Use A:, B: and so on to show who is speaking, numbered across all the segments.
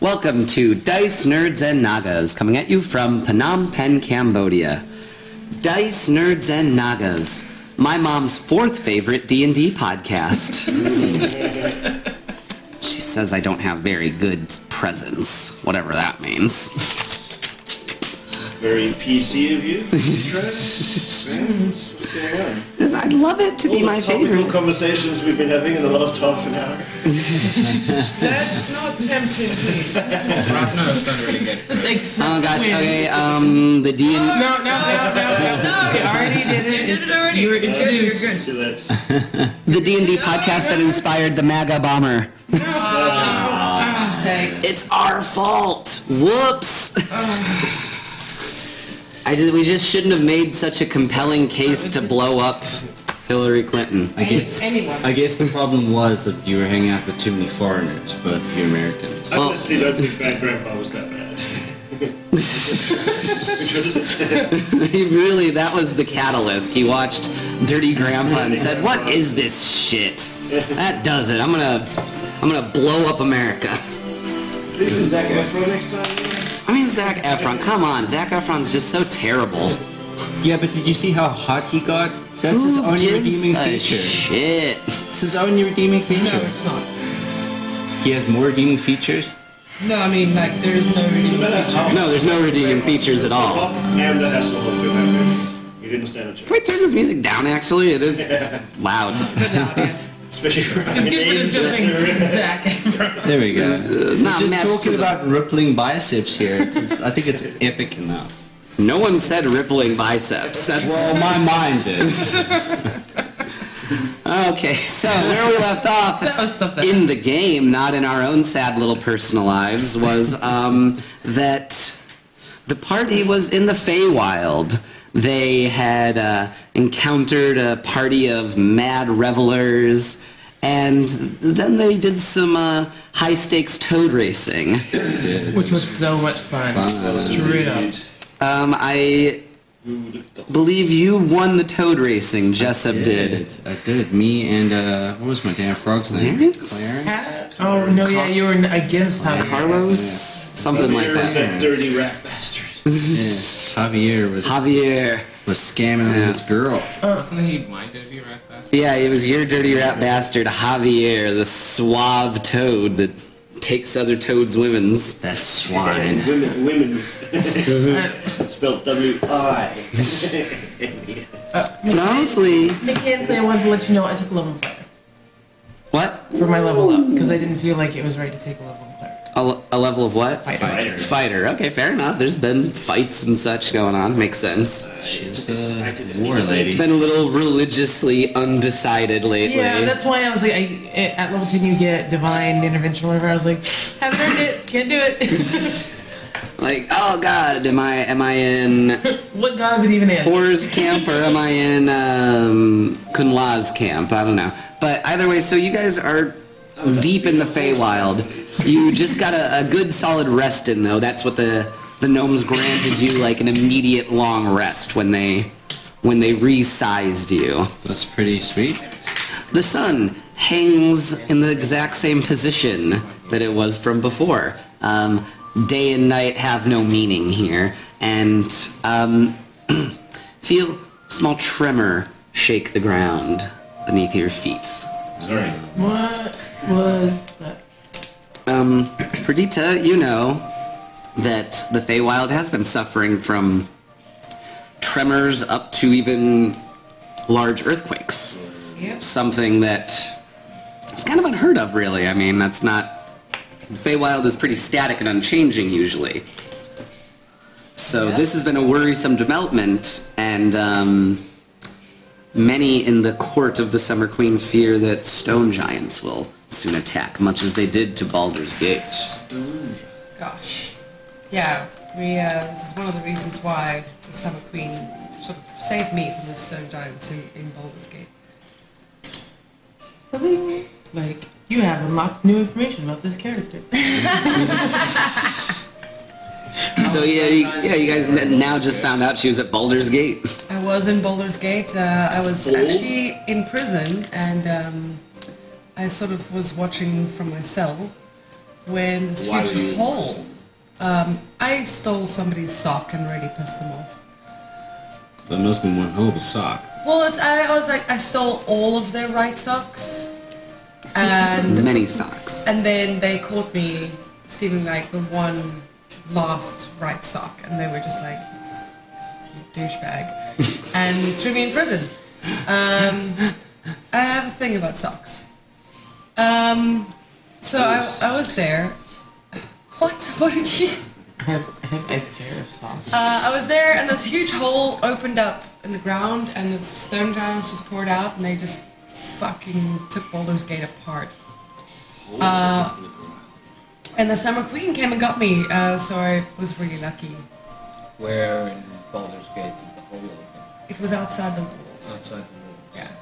A: Welcome to Dice Nerds and Nagas, coming at you from Phnom Penh, Cambodia. Dice Nerds and Nagas, my mom's fourth favorite D&D podcast. she says I don't have very good presence, whatever that means.
B: Very PC of you, Travis. Man, What's what's going on?
A: I'd love it to
B: All
A: be
B: the
A: my
B: topical
A: favorite.
B: conversations we've been having in the last half an hour.
C: That's not tempting me.
D: Rough nose done really good.
A: Oh gosh, okay, um, the D&D...
D: No, no, no, no, no.
C: You already did it.
E: You did it already.
C: You're
E: it's good. You're good.
C: introduced.
B: Two lips.
A: The D&D podcast that inspired the MAGA bomber.
C: Say,
A: It's our fault. Whoops. I did, we just shouldn't have made such a compelling case to blow up Hillary Clinton.
F: I guess,
C: anyone.
F: I guess the problem was that you were hanging out with too many foreigners, both of you Americans.
B: I
A: Well-
B: honestly don't think Bad Grandpa was that bad. Which was-
A: he really, that was the catalyst. He watched Dirty Grandpa and said, "What is this shit? That does it. I'm gonna, I'm gonna blow up America."
B: Please do Zac Efron next time.
A: I mean, Zach Efron. Come on, Zach Efron's just so terrible.
F: Yeah, but did you see how hot he got? That's his
A: Who
F: only
A: gives
F: redeeming
A: a
F: feature.
A: Shit.
F: It's his only redeeming
E: No,
F: feature.
E: it's not.
F: He has more redeeming features.
E: No, I mean like there's no reason.
A: No, there's no redeeming features at all.
B: Rock and the Hasselhoff in that movie. You didn't stand a chance.
A: Can we turn this music down, actually? It is loud.
B: Especially for
C: It's
B: an
C: good for
B: angel.
C: discussing Zach Efron.
F: There we go.
A: not
F: We're just
A: matched to
F: talking
A: the-
F: about rippling biceps here. It's, it's, I think it's epic enough.
A: No one said rippling biceps. That's
F: Well, my mind is.
A: okay. So where we left off
C: That was stuff that.
A: in the game, not in our own sad little personal lives, was um, that the party was in the Feywild. They had uh, encountered a party of mad revelers, and then they did some uh, high stakes toad racing.
C: Which was so much fun. Straight up.
A: Um, I
B: Who would have thought?
A: believe you won the toad racing. Jessup did.
F: I did. Me and, uh, what was my damn frog's name?
A: Clarence?
C: Oh no, yeah, you were against him.
A: Carlos,
F: Yeah.
A: something like
B: Here
A: that.
B: is that dirty rat bastard.
F: Yes. Javier was,
A: Javier.
F: was scamming
A: Yeah.
F: his girl.
D: Wasn't Oh, he my dirty rat bastard?
A: Yeah, it was your dirty rat bastard, Javier, the suave toad that takes other toads' women's.
F: That swine.
B: Women, women. Spelled W I.
A: But honestly,
C: Mechanically, I wanted to let you know I took level five
A: what?
C: for my level up because I didn't feel like it was right to take a level cleric.
A: A, le- a level of what?
C: Fighter.
B: Fighter.
A: Fighter. Okay, fair enough. There's been fights and such going on. Makes sense.
F: She's
B: I did this
F: a Uh, war
B: because I-
F: lady.
A: Been a little religiously undecided lately.
C: Yeah, that's why I was like, I, eh, at level ten you get divine intervention, or whatever. I was like, haven't earned it, can't do it.
A: like, oh god, am I am I in
C: what god would even answer?
A: Hor's camp or am I in um, Kunla's camp? I don't know. But either way, so you guys are deep in the Feywild. You just got a, a good solid rest in though. That's what the the gnomes granted you, like an immediate long rest when they when they resized you.
F: That's pretty sweet.
A: The sun hangs in the exact same position that it was from before. Um, day and night have no meaning here, and um, feel small tremor shake the ground beneath your feet.
B: Sorry.
C: What was that?
A: Um, Perdita, you know that the Feywild has been suffering from tremors up to even large earthquakes.
E: Yep.
A: something that is kind of unheard of, really. I mean, that's not. Feywild is pretty static and unchanging usually. So this has been a worrisome development, and um, many in the court of the Summer Queen fear that stone giants will soon attack, much as they did to Baldur's Gate.
E: Gosh. Yeah. We. Uh, this is one of the reasons why the Summer Queen sort of saved me from the stone giants in, in Baldur's Gate.
C: Like, you have unlocked new information about this character.
A: So yeah, you, yeah, you guys n- now just found out she was at Baldur's Gate.
E: I was in Baldur's Gate. Uh, I was
F: Oh.
E: actually in prison, and um, I sort of was watching from my cell, when this
F: Why were you
E: huge
F: in
E: hole.
F: prison?
E: Um, I stole somebody's sock and really pissed them off.
F: That must have been one hell of a sock.
E: Well, it's, I, I was like, I stole all of their right socks, and
A: Many socks.
E: and then they caught me stealing like the one last right sock, and they were just like, "You douchebag," and threw me in prison. Um, I have a thing about socks. Um, so I, I was there. What? What did you?
C: I have, I have a pair of socks.
E: Uh, I was there, and this huge hole opened up in the ground, and the stone giants just poured out, and they just fucking took Boulder's Gate apart. Uh, and the Summer Queen came and got me, uh, so I was really lucky.
G: Where in Baldur's Gate did the hole open?
E: It was outside the walls.
G: Outside the
E: Yeah.
G: walls.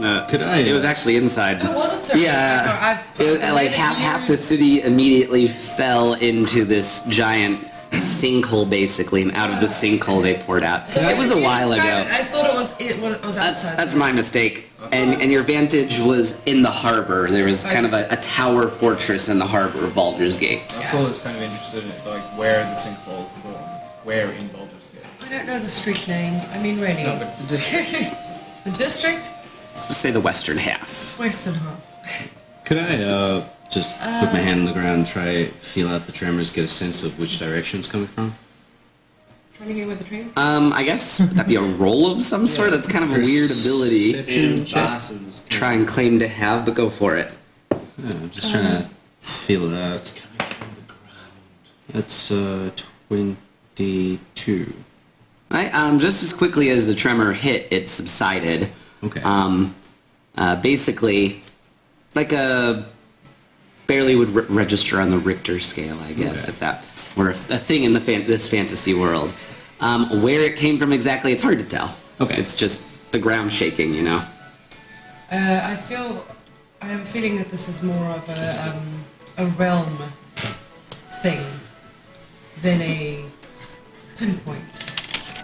A: Uh,
F: Could I,
A: It
F: uh,
A: was actually inside.
E: It was a circle.
A: Yeah,
E: I- I-
A: It- uh,
E: I
A: like
E: made
A: half
E: you-
A: half the city immediately fell into this giant sinkhole, basically, and out of the sinkhole they poured out. It was a
E: You
A: while
E: described
A: ago.
E: It, I thought it was it when it was
A: That's
E: outside.
A: that's my mistake. And and your vantage was in the harbor. There was kind of a, a tower fortress in the harbor of Baldur's Gate.
D: Nicole is kind of interested in like where the sinkhole formed, where in Baldur's Gate.
E: I don't know the street name. I mean, really.
D: No, but the dis-
E: the district,
A: Just say the western half.
E: Western half.
F: could I uh, just put my hand on the ground, try feel out the tremors, get a sense of which direction it's coming from?
E: Trying to hear where the train's
A: Um, I guess would that be a roll of some sort. That's kind of a weird ability.
F: Perception
B: Damn
F: check?
B: Dawson's
A: Try and claim to have, but go for it.
F: Yeah, I'm just trying to feel it out.
G: Coming from the ground.
F: That's uh, 22.
A: Right, um, just as quickly as the tremor hit, it subsided.
F: Okay.
A: Um, uh, basically, like a barely would re- register on the Richter scale, I guess,
F: Okay.
A: if that were a, a thing in the fan- this fantasy world. Um, where it came from exactly, it's hard to tell.
F: Okay.
A: it's just the ground shaking, you know.
E: Uh, I feel, I have a feeling that this is more of a, um, a realm thing than a pinpoint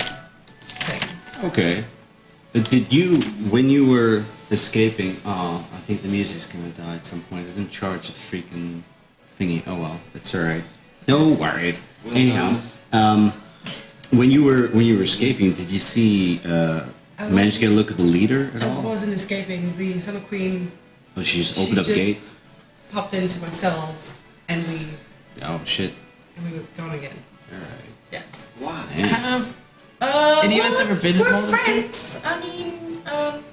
E: thing.
F: Okay. Uh, Did you, when you were escaping, oh, I think the music's gonna die at some point. I didn't charge the freaking thingy. Oh well, that's alright. No worries. Anyhow, um, when you were when you were escaping, did you see? Uh,
E: I
F: manage to get a look at the leader at
E: I
F: all?
E: wasn't escaping. The Summer Queen,
F: oh, she just
E: she
F: opened up
E: just
F: gate.
E: popped into myself and we,
F: Oh shit!
E: and we were gone again.
F: All right.
E: Yeah.
B: Why?
F: Damn.
C: have,
E: Uh,
C: Any of
E: well,
C: us ever been to
E: We're
C: Baldur's Gate?
E: friends. I mean, um,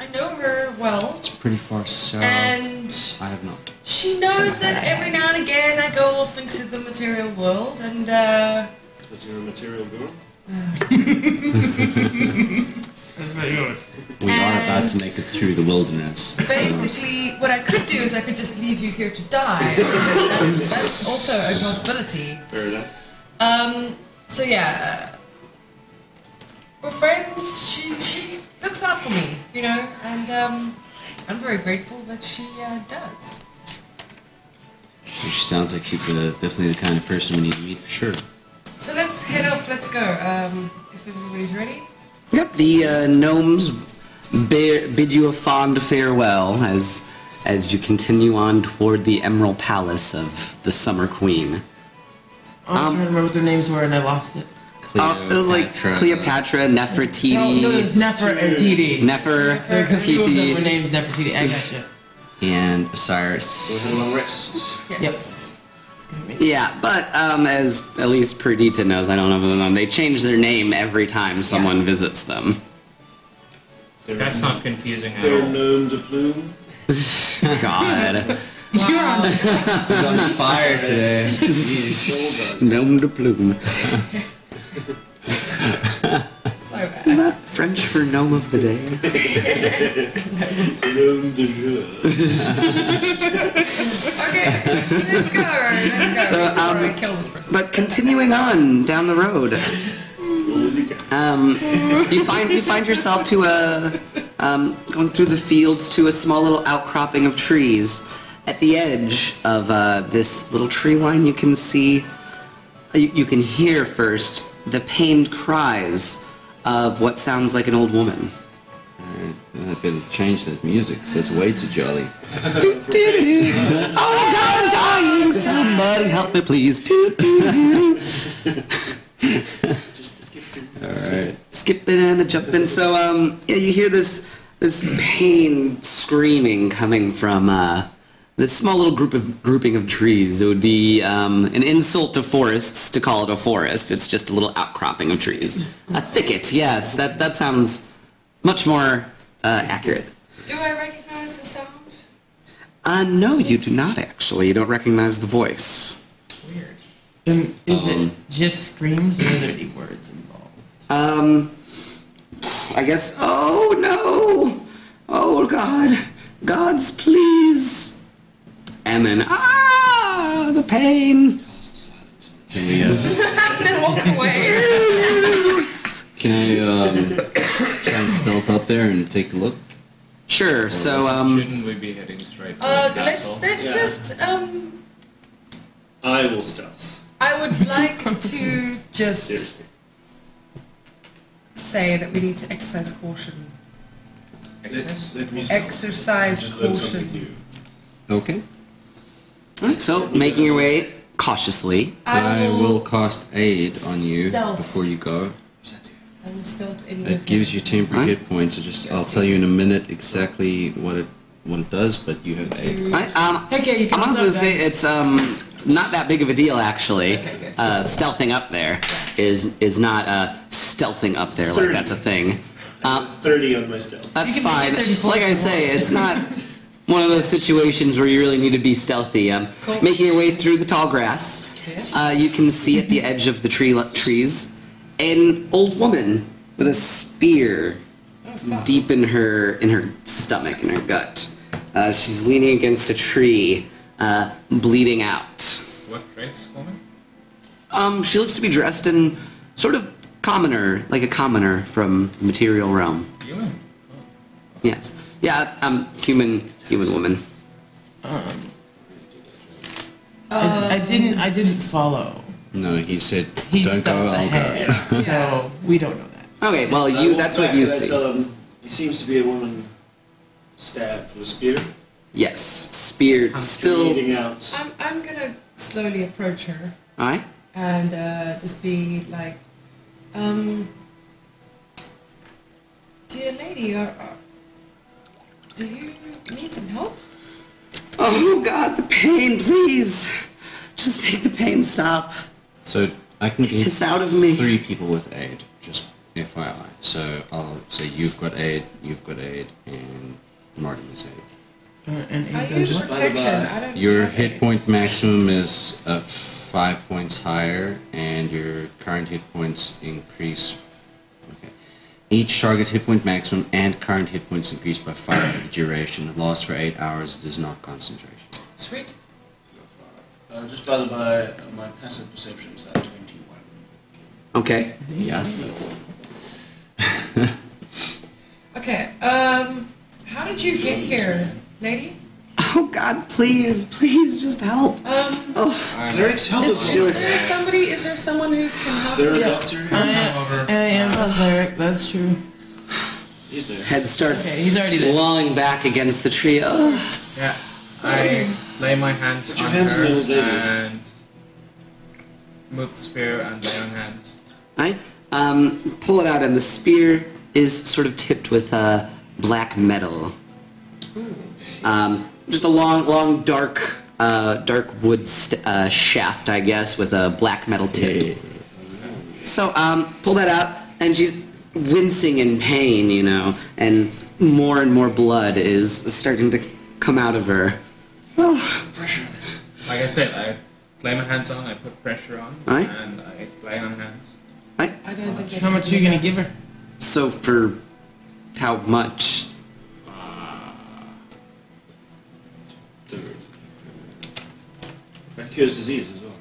E: I know her well.
F: It's pretty far south.
E: And
F: I have not.
E: She knows that every now and again I go off into the material world, and uh,
B: Because you're a material girl?
F: We are about to
E: And-
F: make it through the wilderness. That's what I was
E: basically, what I could do is I could just leave you here to die. That's, that's also a possibility.
B: Fair enough.
E: Um, so yeah, uh, we're friends. She she looks out for me, you know, and um, I'm very grateful that she uh, does.
F: She sounds like she's the, definitely the kind of person we need to meet for sure.
E: So let's head off. Let's go. Um, if everybody's ready.
A: Yep, the uh, gnomes bear, bid you a fond farewell as as you continue on toward the Emerald Palace of the Summer Queen.
C: I was trying to remember what their names were and I lost it.
A: Uh, it was like Cleopatra, Nefertiti,
C: No, no, it was Nefer and TD.
A: Nefer,
C: Because two of them were
A: Titi.
C: named Nefertiti. I got
F: and
B: Go
F: Osiris.
B: ahead and rest.
E: Yes.
A: Yeah, but um, as at least Perdita knows, I don't know if them. They change their name every time someone visits them.
B: They're,
D: That's not confusing at
B: They're
D: all.
B: known to plume.
A: God,
C: you. You're on the
F: He's on fire today.
B: Hold on.
A: nom de plume,
E: So bad.
A: French for gnome of the day.
B: Gnome de jour.
E: Okay, let's go. Let's go.
A: So,
E: before I
A: um,
E: kill this person.
A: But continuing on down the road.
B: Holy cow.
A: Um, you find you find yourself to a um, going through the fields to a small little outcropping of trees. At the edge of uh, this little tree line, you can see, you, you can hear first the pained cries of what sounds like an old woman.
F: Uh, I've got to change that music 'cause that's way too jolly.
A: Doo-doo-doo-doo. oh God, I'm dying! Somebody help me, please. Doo-doo-doo-doo. Skipping and a jumping. So um, yeah, you hear this this pain screaming coming from uh, this small little group of grouping of trees. It would be um, an insult to forests to call it a forest. It's just a little outcropping of trees, a thicket. Yes, that that sounds much more uh, accurate.
E: Do I recognize the sound?
A: Uh, no, you do not actually. You don't recognize the voice.
E: Weird.
C: Um, is it just screams or are there any words involved?
A: Um, I guess. Oh no! Oh God! Gods, please! And then ah, the pain.
F: Can we, uh,
E: then walk away.
F: can I um, try and stealth up there and take a look?
A: Sure. So um,
D: Shouldn't we be heading straight for
E: Uh,
D: the
E: let's
D: castle?
E: let's
B: Yeah.
E: just um.
B: I will stealth.
E: I would like to just
B: Seriously.
E: say that we need to exercise caution.
B: Let, let me stealth.
E: Exercise
B: Just learn something
E: caution.
B: new.
F: Okay.
A: so making your way cautiously.
E: I will,
F: cast aid on you
E: stealth.
F: before you go.
E: I will stealth in
F: It
E: with
F: gives
E: him.
F: you temporary
A: Right.
F: hit points. I just I'll
E: Yes.
F: tell you in a minute exactly what it what it does, but you have aid.
A: I, um,
C: Okay, you can
A: I'm also
C: stop
A: gonna
C: that.
A: say it's um not that big of a deal actually.
E: Okay, good.
A: Uh, stealthing up there is is not uh stealthing up there like
B: Thirty.
A: that's a thing. Ah.
B: Thirty on my stealth.
A: That's
C: You can make
A: fine.
C: it 34
A: Like I
C: if you
A: say,
C: want.
A: it's not one of those situations where you really need to be stealthy. Um,
E: Cool.
A: Making your way through the tall grass, uh, you can see at the edge of the tree trees an old woman with a spear
C: Oh,
A: deep in her in her stomach in her gut. Uh, she's leaning against a tree, uh, bleeding out.
D: What race, woman?
A: Um, she looks to be dressed in sort of commoner, like a commoner from the material realm.
D: Human.
A: Yes. Yeah, um, human, human woman.
C: I, I didn't. I didn't follow.
F: No, he said,
C: He
F: "Don't go,
C: stopped
F: I'll
C: ahead,
F: go."
C: so we don't know that.
A: Okay, well,
B: I
A: you,
B: walk
A: that's what
B: back
A: you
B: and I
A: see.
B: tell him, it seems to be a woman stabbed with a spear.
A: Yes, spear, still.
B: Bleeding out.
E: I'm I'm gonna slowly approach her
A: Alright?
E: and uh, just be like, um, dear lady, are, are, do you need some help?
A: Oh god, the pain, please! Just make the pain stop.
F: So I can get
A: this out of me.
F: three people with aid, just FYI. So I'll say you've got aid, you've got aid, and Martin's aid.
C: Uh, and it
E: I
C: goes
E: use
C: up.
E: protection. I don't.
F: Your
E: have
F: hit
E: it.
F: point maximum is uh, five points higher, and your current hit points increase. Okay. Each target's hit point maximum and current hit points increase by five for the duration. It lasts for eight hours. It is not concentration.
E: Sweet.
B: Uh, just by the by, my passive perception is at 21.
A: Okay. Yes.
E: Okay. Um, how did you get here, lady?
A: Oh god, please, please just help. Oh.
E: Um,
B: Lyrics, help
E: is,
B: us,
E: is
B: Lyrics.
E: there somebody? Is there someone who can help?
B: There a
E: us?
B: doctor here?
C: Uh, I, I am a cleric. That's true.
B: He's there.
A: Head starts
C: Okay, he's already there.
A: lolling back against the tree. Oh. Ugh.
D: Yeah. I lay my hands
B: your
D: on
B: hands on
D: her
B: the old lady.
D: and move the spear and lay on hands.
A: I um, pull it out, and the spear is sort of tipped with uh, black metal. Um, just a long, long, dark, uh, dark wood st- uh, shaft, I guess, with a black metal tip. So um, pull that out, and she's wincing in pain, you know, and more and more blood is starting to come out of her. Oh,
D: Like I said, I lay my hands on, I put pressure on,
A: Aye.
D: and I lay on hands.
A: I,
E: I don't think. that's
C: How much are you gonna give her?
A: so for how much?
B: That cures disease as well.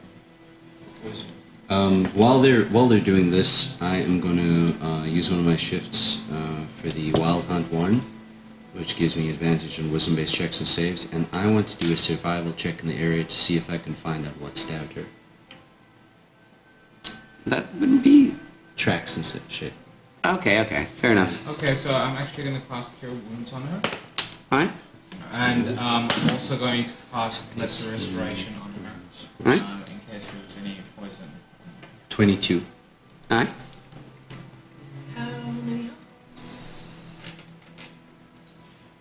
B: Poison.
F: Um, while they're while they're doing this, I am going to uh, use one of my shifts uh, for the Wild Hunt one, which gives me advantage on wisdom-based checks and saves. And I want to do a survival check in the area to see if I can find out what stabbed her,
A: That wouldn't be
F: tracks and such shit.
A: Okay, okay, fair enough.
D: Okay, so I'm actually going to cast Cure Wounds on her,
A: All right,
D: and um, I'm also going to cast Lesser Restoration on her,
A: Right.
D: um, in case there's any poison.
F: 22.
A: all right.
E: How many?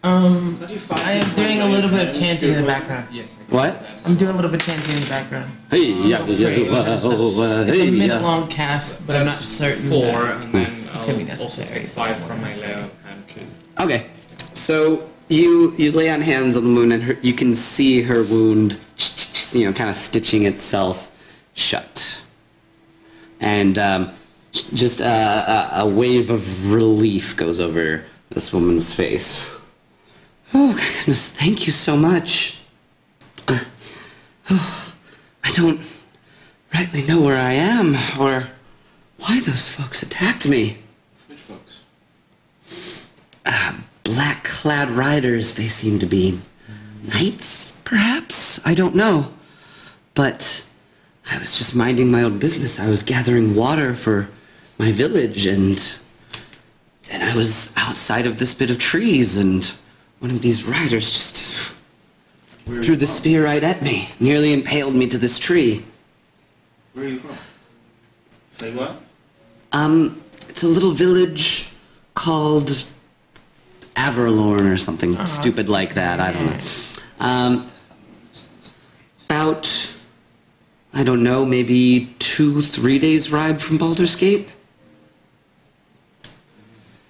C: Um,
B: How do you find
C: I am doing a little bit of chanting in the background.
D: Yes. I can
A: What?
D: do that.
C: I'm doing a little bit of chanting in the background.
A: Hey, yeah, yeah, yeah, uh, oh, uh,
C: It's
A: hey,
C: a minute
A: yeah.
C: long cast, but I'm not
D: That's
C: certain.
D: Four,
C: that-
D: and then
C: It's
D: I'll
C: gonna be
D: also
C: necessary.
D: take five from my layer of hand too.
A: Okay, so you you lay on hands on the wound, and her, you can see her wound, you know, kind of stitching itself shut, and um, just a, a, a wave of relief goes over this woman's face. Oh goodness, thank you so much. Uh, oh, I don't rightly know where I am or why those folks attacked me.
B: Which folks?
A: black clad riders they seem to be. Knights, perhaps? I don't know. But I was just minding my own business. I was gathering water for my village, and then I was outside of this bit of trees, and one of these riders just
B: Where are
A: threw
B: you
A: the
B: from?
A: spear right at me, nearly impaled me to this tree.
B: Where are you from? Say what?
A: Um, it's a little village called Averlorn or something stupid like that. I don't know. Um, about, I don't know, maybe two, three days ride from Baldur's Gate.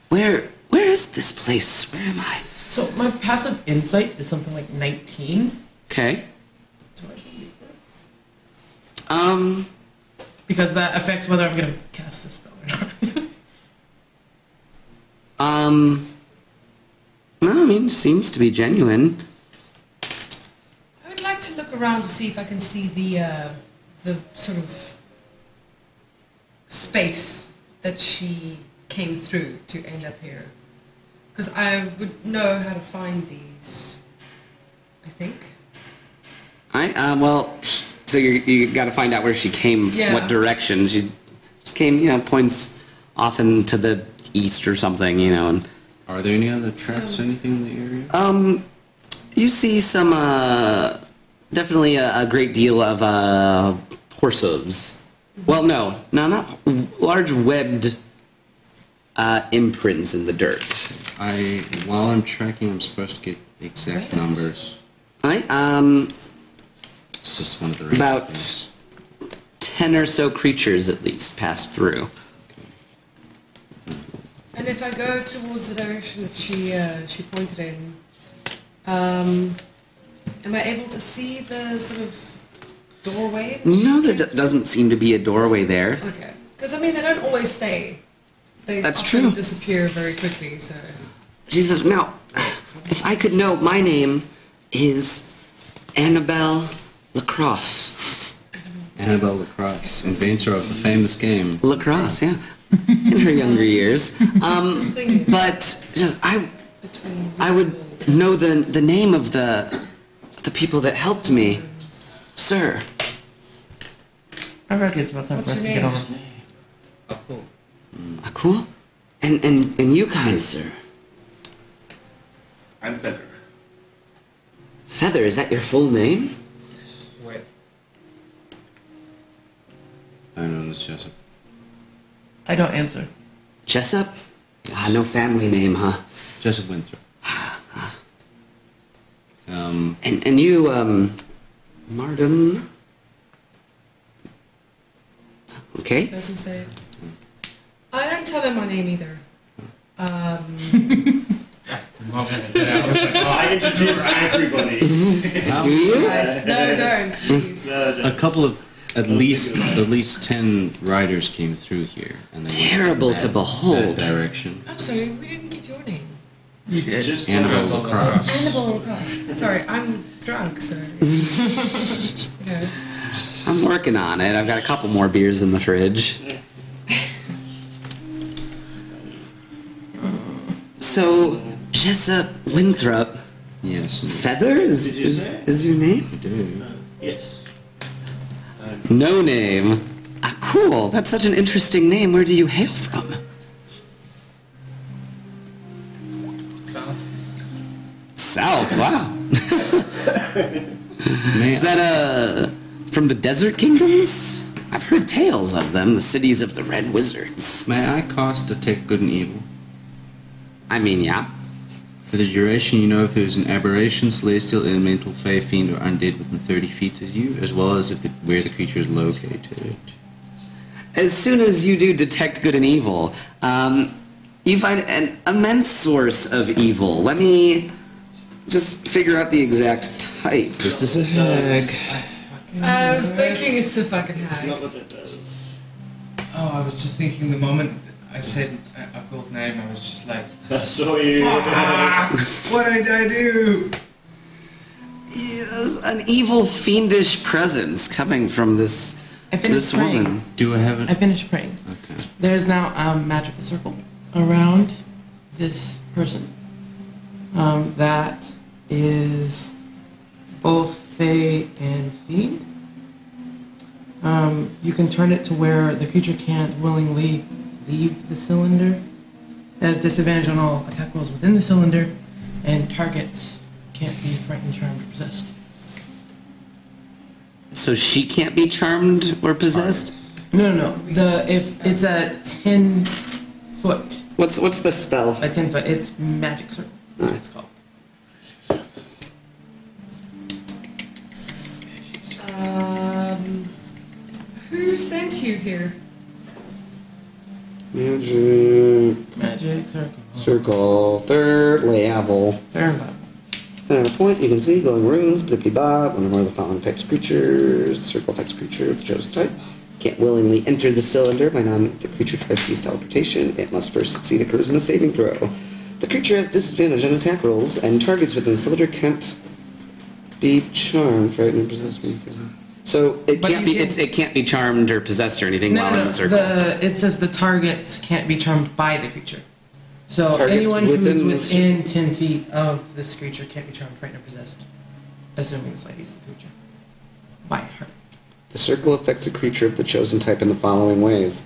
A: Where, where is this place? Where am I?
C: So my passive insight is something like 19
A: Okay. Um,
C: because that affects whether I'm gonna cast the spell or not.
A: um, no, I mean, seems to be genuine.
E: I would like to look around to see if I can see the uh, the sort of space that she came through to end up here, because I would know how to find these. I think.
A: I uh, well, so you you got to find out where she came,
E: Yeah.
A: what direction she just came. You know, points often to the east or something. You know, and
F: Are there any other traps
E: So-
F: or anything in the area?
A: um, you see some uh, definitely a, a great deal of uh, horse hooves. Well, no, no, not large webbed uh, imprints in the dirt.
F: I while I'm tracking, I'm supposed to get the exact numbers.
A: All right, um,
F: It's just one of the random
A: about
F: things.
A: ten or so creatures at least passed through.
E: And if I go towards the direction that she uh, she pointed in, um, am I able to see the sort of doorway? that she
A: No, there
E: came
A: d- doesn't seem to be a doorway there.
E: Okay, because I mean they don't always stay. They
A: That's
E: often
A: true.
E: disappear very quickly. So
A: She says, now, if I could know, my name is Annabelle Lacrosse.
F: Annabelle Lacrosse, inventor of the famous game.
A: Lacrosse, yeah. In her younger years. Um,
E: thing
A: but she says, I,
E: between
A: I would know the, the name of the, the people that helped me, sir.
C: I reckon it's about time
E: What's
C: for us to
E: your
C: get
E: name?
C: on.
A: Ah, cool? And, and, and you kind, sir.
B: I'm Feather.
A: Feather, is that your full name?
D: Wait,
F: I don't know, it's just
C: I don't answer.
A: Jessup? Ah, no family name, huh?
F: Jessup Winthrop. Um,
A: And, and you, um, Mardum? Okay.
E: doesn't say. I don't tell them my name either. Um,
D: oh.
B: I introduce everybody.
A: Do you?
E: guys, no, don't. Please.
B: No, no.
F: a couple of at least at least ten riders came through here, and they went
A: Terrible to
F: that
A: behold.
F: direction.
E: I'm sorry, we didn't get your name.
C: You did.
B: Just
F: Annabelle
B: tell
F: Lacrosse.
E: Annabelle Ross. Sorry, I'm drunk, so. you know.
A: I'm working on it. I've got a couple more beers in the fridge. So, Jessup Winthrop
F: Yes,
A: Feathers
B: Did you
A: is,
B: say?
A: is your name?
F: we do.
B: Yes.
A: No name. Ah, cool. That's such an interesting name. Where do you hail from? wow.
F: Man,
A: Is that uh from the Desert Kingdoms? I've heard tales of them, the cities of the Red Wizards.
F: may I cast Detect Good and Evil?
A: I mean, yeah.
F: For the duration, you know if there is an aberration, celestial, elemental, fae, fiend, or undead within 30 feet of you, as well as if the, where the creature is located.
A: As soon as you do detect good and evil, um, you find an immense source of evil. Let me just figure out the exact type.
F: This is a hack.
E: I was thinking it's a fucking
B: It's
E: hag.
B: not what that does.
D: Oh, I was just thinking the moment I said uh, Abdul's name, I was just like,
B: I saw you.
D: ah, what did I do?
A: Yes, an evil fiendish presence coming from this
C: I finished
A: this
C: praying.
A: woman.
F: Do I have
C: I
F: an.
C: finished praying.
F: Okay.
C: There is now a magical circle around this person um, that is both fae and fiend. Um, you can turn it to where the creature can't willingly leave the cylinder. It has disadvantage on all attack rolls within the cylinder, and targets can't be frightened, charmed, or possessed.
A: So she can't be charmed or possessed.
C: No, no, no. The if it's a ten foot,
A: What's what's the spell?
C: a ten foot. It's magic circle. That's what it's called.
E: Um, who sent you here?
A: Magic
C: Magic circle.
A: circle third level.
C: Fair enough.
A: At a point, you can see glowing runes, blippity bop, one or more of the following types of creatures, circle types of creature of the chosen type. Can't willingly enter the cylinder by non if the creature tries to use teleportation. It must first succeed a charisma saving throw. The creature has disadvantage on attack rolls, and targets within the cylinder can't be charmed, frightened, or possessed. when you cast it. So it
C: But
A: can't
C: you
A: be
C: can-
A: it's, it can't be charmed or possessed or anything
C: No,
A: while
C: no,
A: in
C: no.
A: the circle.
C: The, it says the targets can't be charmed by the creature. So
A: Targets
C: anyone who's
A: within this-
C: within ten feet of this creature can't be charmed, frightened, or possessed. Assuming this lady's the creature. By her.
A: The circle affects a creature of the chosen type in the following ways.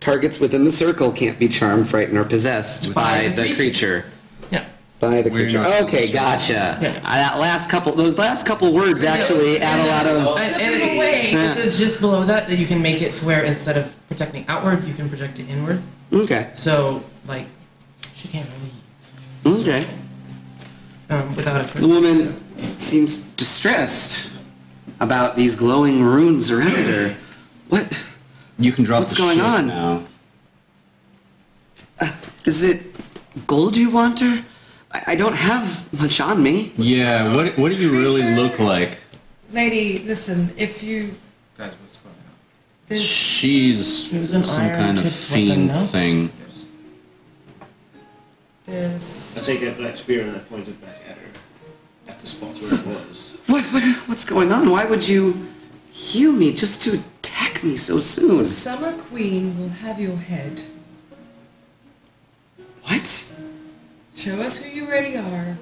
A: Targets within the circle can't be charmed, frightened, or possessed by,
C: the
A: the creature.
C: Yeah.
A: By the
F: We're
A: creature.
F: not-
A: Okay, gotcha.
C: Yeah.
A: Uh, that last couple, those last couple words actually add a lot of.
C: And, and
E: Slip it
C: it's,
E: away.
C: it says just below that that you can make it to where instead of projecting outward, you can project it inward.
A: Okay.
C: So like, she can't leave
A: Okay.
C: um, without a.
A: The woman seems distressed about these glowing runes around her. What
F: You can drop
A: What's
F: the
A: going
F: shit
A: on?
F: now.
A: is it? Gold you want her? I, I don't have much on me.
F: Yeah, what, what do you really
E: Creature.
F: look like?
E: Lady, listen, if you.
D: Guys, what's going on?
E: This,
F: She's
C: It was an
F: some kind of
C: iron-tipped weapon,
F: fiend
C: no?
F: thing.
D: Yes.
E: this.
B: I take that black spear and I point it back at her. At the spot where it was.
A: What, what what's going on? Why would you heal me just to attack me so soon?
E: Summer Queen will have your head.
A: What?
E: Show us who you really are.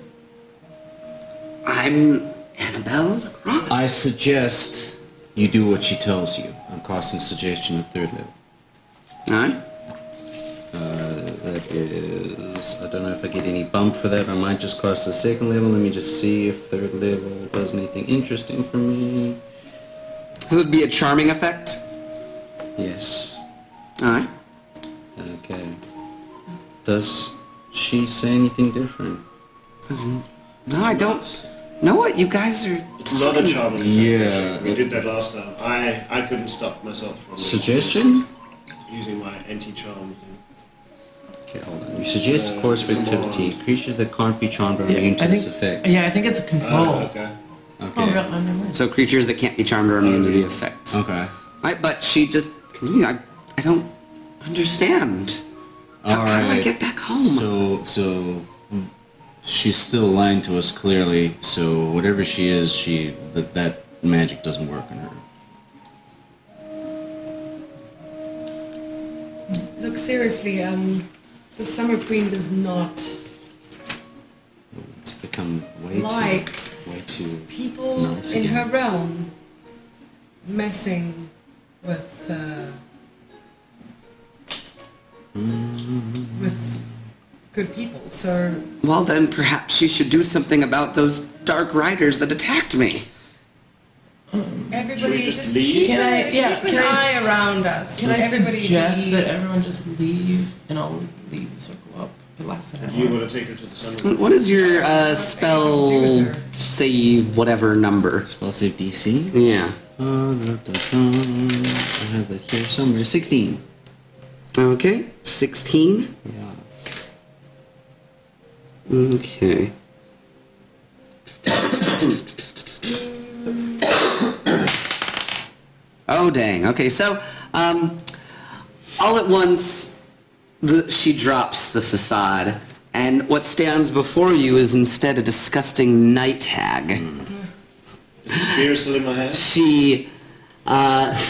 A: I'm Annabelle Ross.
F: I suggest you do what she tells you. I'm casting suggestion at third level. Uh,
A: Alright.
F: That is. I don't know if I get any bump for that. I might just cast the second level. Let me just see if third level does anything interesting for me.
A: This would be a charming effect.
F: Yes.
A: Alright.
F: Okay. Does she say anything different?
A: No, I don't know what you guys are.
B: It's not a charming effect,
F: Yeah,
B: actually. We
F: it-
B: did that last time. I, I couldn't stop myself from
F: Suggestion?
B: using my anti charm thing.
F: Okay, hold on. You suggest course of activity. Creatures that can't be charmed are immune to
C: I
F: this
C: think,
F: effect.
C: Yeah, I think it's a control.
A: Oh,
B: Ah, okay.
C: Oh,
F: Okay.
C: real, oh, never mind.
A: So creatures that can't be charmed are immune to the effect.
F: Okay.
A: Alright, but she just. I, I don't understand. How, how do I
F: Alright.
A: get back home?
F: So, so mm, she's still lying to us clearly. So whatever she is, she that that magic doesn't work on her.
E: Look, seriously, um, the Summer Queen does not
F: It's become way
E: Like-
F: too way too.
E: people
F: Nice
E: in
F: again.
E: her realm messing with uh, with good people, so
A: Well, then perhaps she should do something about those dark riders that attacked me.
E: everybody
B: just
E: just,
B: leave?
E: keep,
C: Can I-
E: a,
C: yeah,
E: keep
C: can
E: an
C: I
E: eye
C: s-
E: around us.
C: Can I
E: everybody
C: suggest
E: be-
C: that everyone just leave and I'll leave the circle up? It lasts an hour.
B: You want to take her to the sunroom?
A: What is your uh,
E: anything to do with
A: spell
E: her.
A: save whatever number?
F: Spell save DC.
A: Yeah.
F: Uh, da, da, da. I have that here somewhere. 16.
A: Okay. 16?
F: Yes.
A: Okay. oh dang. Okay, so um, all at once, the, she drops the facade, and what stands before you is instead a disgusting night hag.
B: Spear still in my hand.
A: She, uh,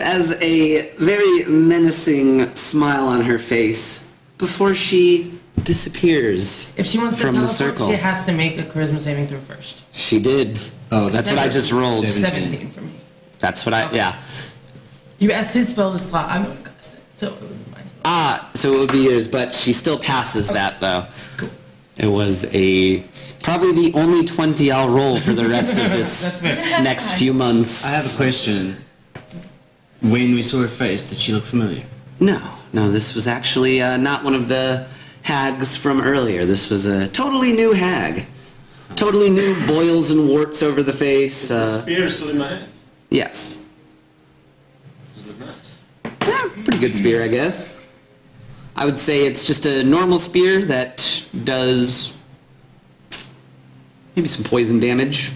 A: as a very menacing smile on her face, before she disappears.
C: If she wants to
A: From the
C: teleport,
A: circle.
C: she has to make a charisma saving throw first.
A: She did.
F: Oh,
A: That's what
C: Seven-
A: I just rolled.
F: Seven. 17.
C: 17 for me.
A: That's what I, yeah.
C: You asked his spell to slot. I'm going to cast it. So it was my spell.
A: Ah, so it would be yours, but she still passes that though. It was a probably the only twenty I'll roll for the rest of this next few
F: I
A: months.
F: have a question. When we saw her face, did she look familiar?
A: No, no, this was actually uh, not one of the hags from earlier. This was a totally new hag, totally new boils and warts over the face.
B: The
A: Uh,
B: spear still in my hand.
A: yes,
B: Does it look nice?
A: yeah, pretty good spear, I guess. I would say it's just a normal spear that does maybe some poison damage.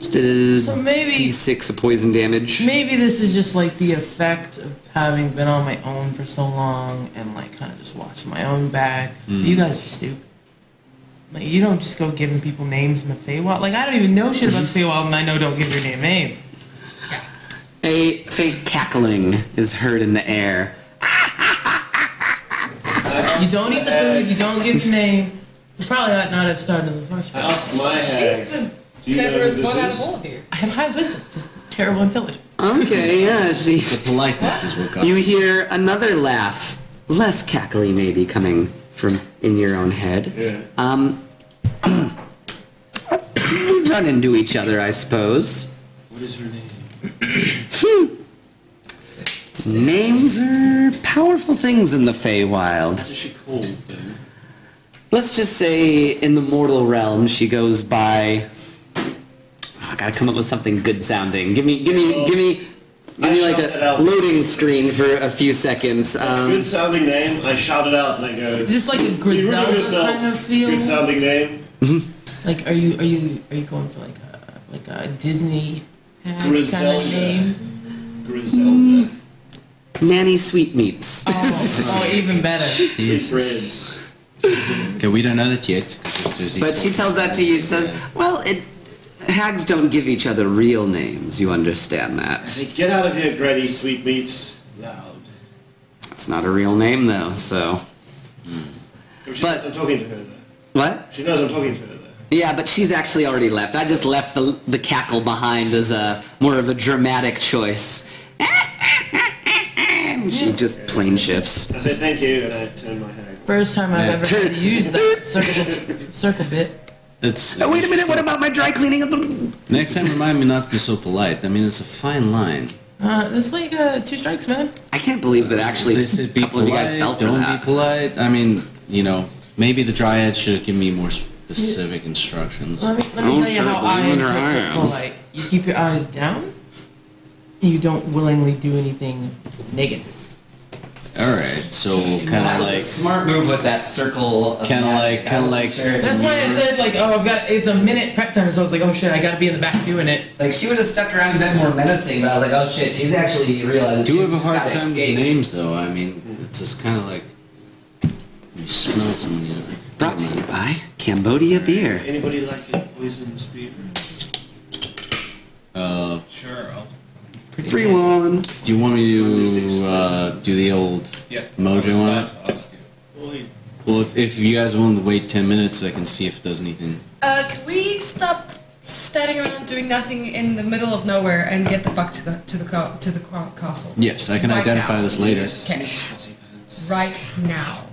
A: Just a
C: So maybe-
A: d6 of poison damage.
C: Maybe this is just like the effect of having been on my own for so long and like kind of just watching my own back. You guys are stupid. Like you don't just go giving people names in the Feywild. Like I don't even know shit about the Feywild, and I know don't give your damn name.
A: A faint cackling is heard in the air.
C: You don't eat the food. You don't give your name. You probably ought not have started in the first
B: I
C: place.
B: asked my hag.
E: she's the
B: Do you know who
E: cleverest
B: this
E: one out
B: is?
E: of all of you.
C: I have high wisdom, just terrible intelligence.
A: Okay, yeah, she.
F: The politeness is what got
A: You hear another laugh, less cackly maybe coming from in your own head.
B: Yeah.
A: Um, we run into each other, I suppose. Hmm.
B: What is her name?
A: Names are powerful things in the Feywild.
B: What is she called then?
A: Let's just say in the mortal realm, she goes by. Oh, I gotta come up with something good sounding. Give me, give me, give me, give me like
B: shout it out.
A: a loading screen for a few seconds. Um,
B: Good sounding name. I shouted out like a.
C: Just like a
B: Be rid of
C: Griselda
B: yourself.
C: kind of feel.
B: Good sounding name.
C: Like, are you are you are you going for like a like a Disney hag kind of
B: Griselda.
C: name?
B: Griselda.
A: Nanny Sweetmeats.
C: Oh, oh, even better.
B: Jesus.
F: Okay, we don't know that yet. 'cause there's-
A: But she tells that to you. She says, "Well, it, hags don't give each other real names. You understand that?
B: Bread. Get out of here, Granny Sweetmeats. Loud.
A: It's not a real name, though. So
B: She
A: But-
B: knows I'm talking to her though.
A: what?
B: She knows I'm talking to her though.
A: Yeah, but she's actually already left. I just left the the cackle behind as a more of a dramatic choice. And she just plain shifts.
B: I say thank you and I turn my hag.
C: First time I've
F: Yeah.
C: ever had to use that circle circle bit.
F: It's,
A: Oh, wait a minute. What about my dry cleaning? of the-
F: Next time, remind me not to be so polite. I mean, it's a fine line.
C: Uh, this is like uh, two strikes, man.
A: I can't believe that actually
F: They said
A: a
F: be
A: couple of you guys
F: polite,
A: fell for
F: don't be
A: that.
F: polite. I mean, you know, maybe the dryad should have given me more specific instructions.
C: Let me let me
A: Oh,
C: tell you
A: sure,
C: how
A: but
C: I
A: look at her
C: interpret
A: eyes.
C: polite. You keep your eyes down. and You don't willingly do anything negative.
F: All right, so kind of like,
A: smart move with that circle.
F: kind of like, kind of like.
C: That's why I said like, oh, I've got it's a minute prep time. So I was like, oh shit, I gotta be in the back doing it.
A: Like she would have stuck around a bit more menacing, but I was like, oh shit, she's actually realized.
F: do
A: she's
F: have a
A: just
F: hard
A: gotta
F: time with
A: escape.
F: names, though. I mean, it's just kind of like you smell someone. You know,
A: Brought to you by Cambodia beer.
B: Anybody like a poison spear?
F: Uh,
D: Sure, I'll.
A: Free one.
F: do you want me to uh, do the old
D: Yeah.
F: mojo on it?
B: Boy,
F: Well, if, if you guys are willing to wait ten minutes, I can see if it does anything.
E: Uh, can we stop standing around doing nothing in the middle of nowhere and get the fuck to the to the car, to the ca- castle?
F: Yes, I can
E: Right
F: identify
E: now.
F: this later.
E: Okay. Right now.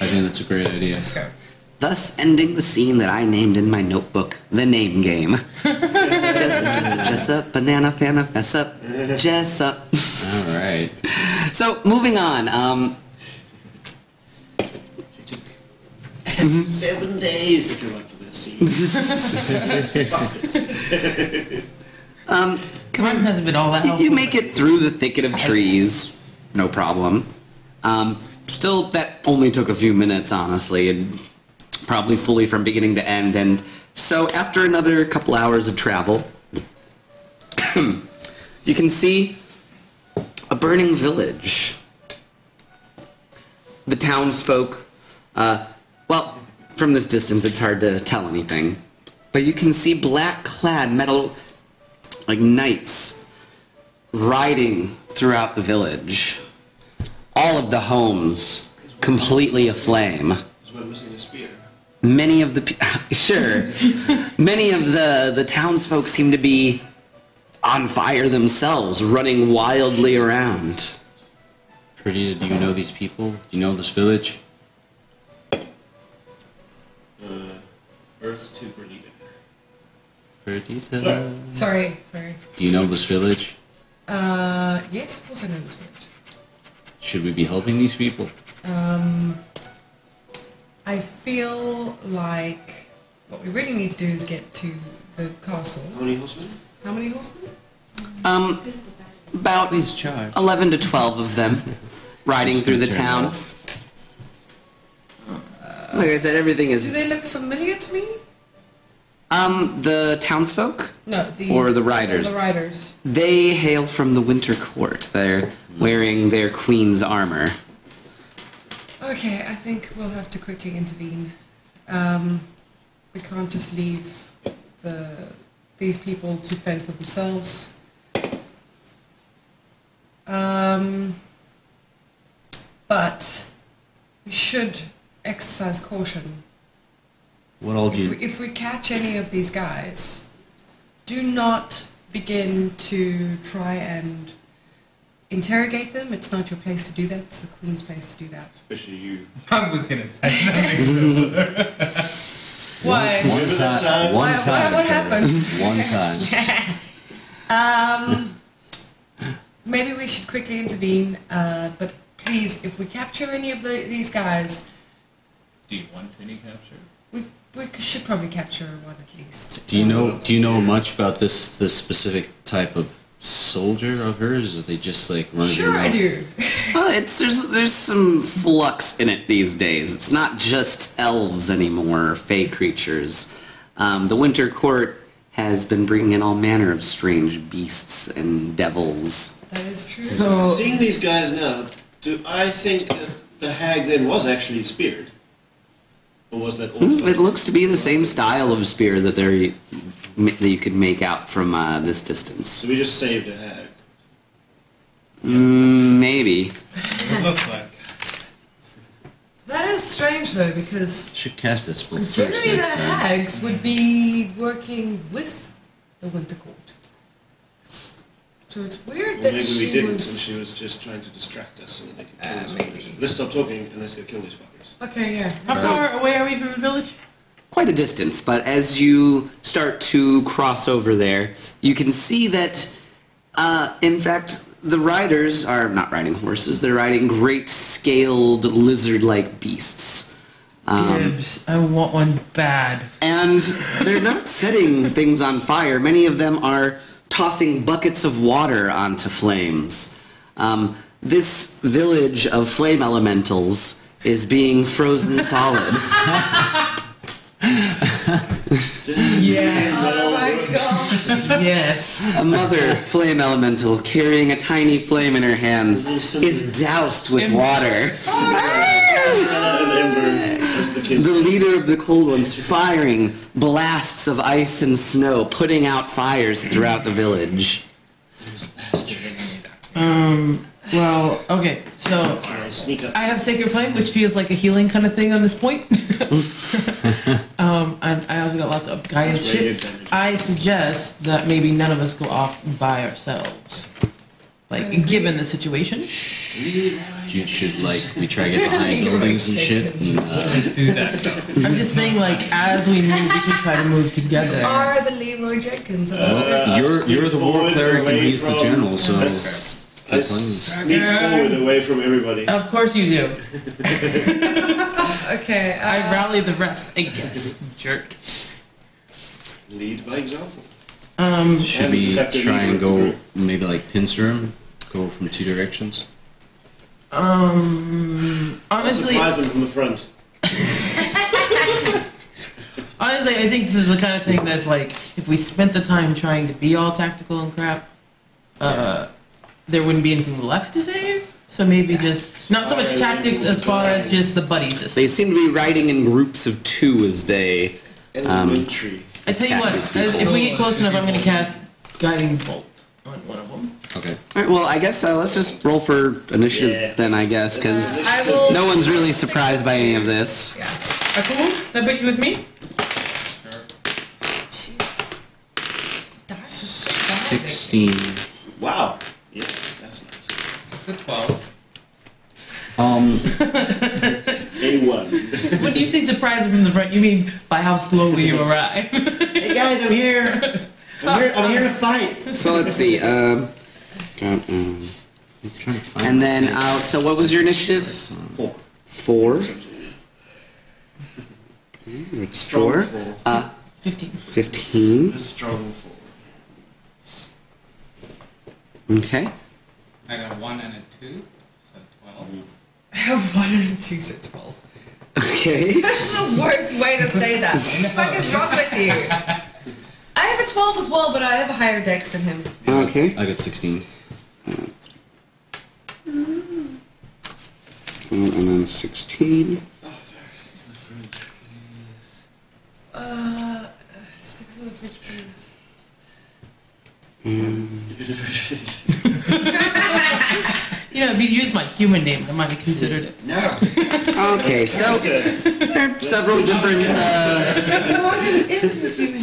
F: I think that's a great idea.
E: Let's go.
A: Thus ending the scene that I named in my notebook, the name game. Jessup, Jessup, Jessup, banana, fana, fess up, Jessup.
F: All right.
A: So moving on. Um,
B: Seven days to come up for this scene.
C: Mine hasn't been all that
A: you,
C: helpful.
A: you make it through the thicket of trees, no problem. Um, still, that only took a few minutes, honestly, and probably fully from beginning to end. And so, after another couple hours of travel, you can see a burning village. The townsfolk, uh, well, from this distance, it's hard to tell anything. But you can see black clad metal, like knights, riding throughout the village. All of the homes completely aflame.
B: This one missing a spear.
A: Many of the pe- sure, many of the the townsfolk seem to be on fire themselves, running wildly around.
F: Perdita, do you know these people? Do you know this village?
B: Earth to Bernita.
F: Perdita,
E: Sorry, sorry.
F: do you know this village?
E: Uh, yes, of course I know this village.
F: Should we be helping these people?
E: I feel like what we really need to do is get to the castle.
B: How many horsemen?
E: How many horsemen?
A: Um, about
F: Please charge.
A: eleven to twelve of them riding
F: Just
A: through the
F: gonna turn
A: town.
F: it
A: Like I said, everything
E: Do
A: is
E: they look familiar to me?
A: um the townsfolk.
E: No, the
A: Or the riders.
E: The riders.
A: They hail from the Winter Court. They're wearing their queen's armor.
E: Okay, I think we'll have to quickly intervene. Um, we can't just leave the these people to fend for themselves. Um, but we should exercise caution.
F: What all do
E: If we,
F: you?
E: if we catch any of these guys, do not begin to try and interrogate them. It's not your place to do that. It's the queen's place to do that.
B: Especially you.
G: I was gonna say something similar.
E: Why?
F: One time. One
E: Why- why-
F: time.
E: what
F: Perdita.
E: happens?
F: One time.
E: Um, maybe we should quickly intervene. Uh, but please, if we capture any of the, these guys,
G: Do you want any capture?
E: we we should probably capture one at least.
F: Do you know? Do you know much about this this specific type of soldier of hers? Are they just like running
E: Sure, I
F: around?
E: do.
A: Well, it's there's there's some flux in it these days. It's not just elves anymore, or fey creatures. Um, the Winter Court has been bringing in all manner of strange beasts and devils.
E: That is true.
C: so
B: Seeing these guys now, do I think that the hag then was actually speared? Or was that all?
A: It looks to be the same style of spear that they that you could make out from uh, this
B: So
A: distance.
B: we just saved a hag.
A: Mm, maybe.
G: What it look like?
E: that is strange though, because
F: Should cast that spell first
E: generally the
F: next time.
E: hags would be working with the Winter Court. So it's weird
B: Or
E: that
B: maybe
E: she,
B: we didn't, and
E: was,
B: she was Ah, just trying to distract us so that they could kill
E: Uh,
B: us.
E: maybe.
B: Let's stop talking and let's go kill these fuckers.
E: Okay, yeah.
C: how far away are we from the village?
A: quite a distance, but as you start to cross over there, you can see that, uh, in fact, the riders are not riding horses, they're riding great scaled lizard like beasts. Um,
C: Gibbs, I want one bad.
A: and they're not setting things on fire. Many of them are tossing buckets of water onto flames. Um, this village of flame elementals is being frozen solid.
C: Yes,
E: Oh my god.
C: yes.
A: A mother flame elemental carrying a tiny flame in her hands is doused with water.
B: That's the kids.
A: The leader of the cold ones firing blasts of ice and snow, putting out fires throughout the village.
C: Um. Well, okay. So
B: All right, sneak up.
C: I have Sacred Flame, which feels like a healing kind of thing on this point. um, and I also got lots of guidance
B: That's very
C: shit.
B: good damage.
C: I suggest that maybe none of us go off by ourselves. Like, given the situation.
F: You should like we try to get behind
E: You're
F: buildings and shit.
E: shaking.
F: And, uh,
D: Let's do that.
C: I'm just saying, like, as we move, we should try to move together.
E: Are the Leroy Jenkins of all?
B: Uh, I
F: you're
B: sneak
F: you're the war
B: forward
F: cleric and
B: away
F: he's the
B: from-
F: general, so
B: I s- I sneak forward away from everybody.
C: Of course you do.
E: Okay,
C: I
E: uh,
C: rally the rest, I guess. Jerk.
B: Lead by example.
C: Um,
F: should we
B: Effectively
F: try and
B: with the
F: go
B: group.
F: maybe like pincer him, go from two directions?
C: um, honestly,
B: Surprise them from the front.
C: honestly, I think this is the kind of thing that's like, if we spent the time trying to be all tactical and crap, uh, there wouldn't be anything left to save. So maybe just not so much tactics as far as just the buddy system.
A: They seem to be riding in groups of two as they.
B: Elementary.
C: I tell you what,
A: Attack these people.
C: if we get close enough, I'm gonna cast guiding bolt on one of them.
F: Okay.
A: All right, well, I guess uh, let's just roll for initiative
B: Yeah.
A: then, I guess, because
E: I will.
A: no one's really surprised by any of this.
E: Yeah.
C: Uh, come on, that put you with me.
E: Jesus. That's so bad.
F: Sixteen.
B: wow. Yes, that's nice.
D: So 12.
F: Um,
B: A1.
C: When you say surprise from the front, you mean by how slowly you arrive.
B: hey guys, I'm here. I'm here, I'm here to fight.
A: So let's see. Um, got, um,
F: I'm trying to find.
A: and
F: my
A: then,
F: page.
A: uh, so what was your initiative?
B: Four.
A: Four.
B: Strong
A: Four.
B: four.
A: Uh,
C: Fifteen.
A: 15.
B: A strong four.
A: Okay.
D: I got one and a two, so 12.
E: I have one and two, so 12.
A: Okay.
E: That's the worst way to say that. What the fuck is wrong with you? I have a 12 as well, but I have a higher dex than him.
A: Okay.
F: I got sixteen.
A: And then 16.
E: Uh, sticks in the fridge, please.
C: You know, if you used my human name, I might have considered it.
B: no.
A: Okay, so
B: Good.
A: there are several different uh,
E: Norman is a human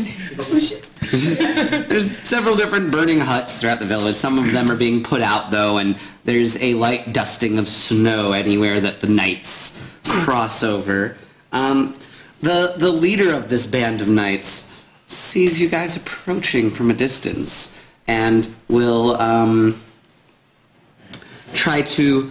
A: there's several different burning huts throughout the village. Some of them are being put out though, and there's a light dusting of snow anywhere that the knights cross over. Um, the the leader of this band of knights sees you guys approaching from a distance and will um, try to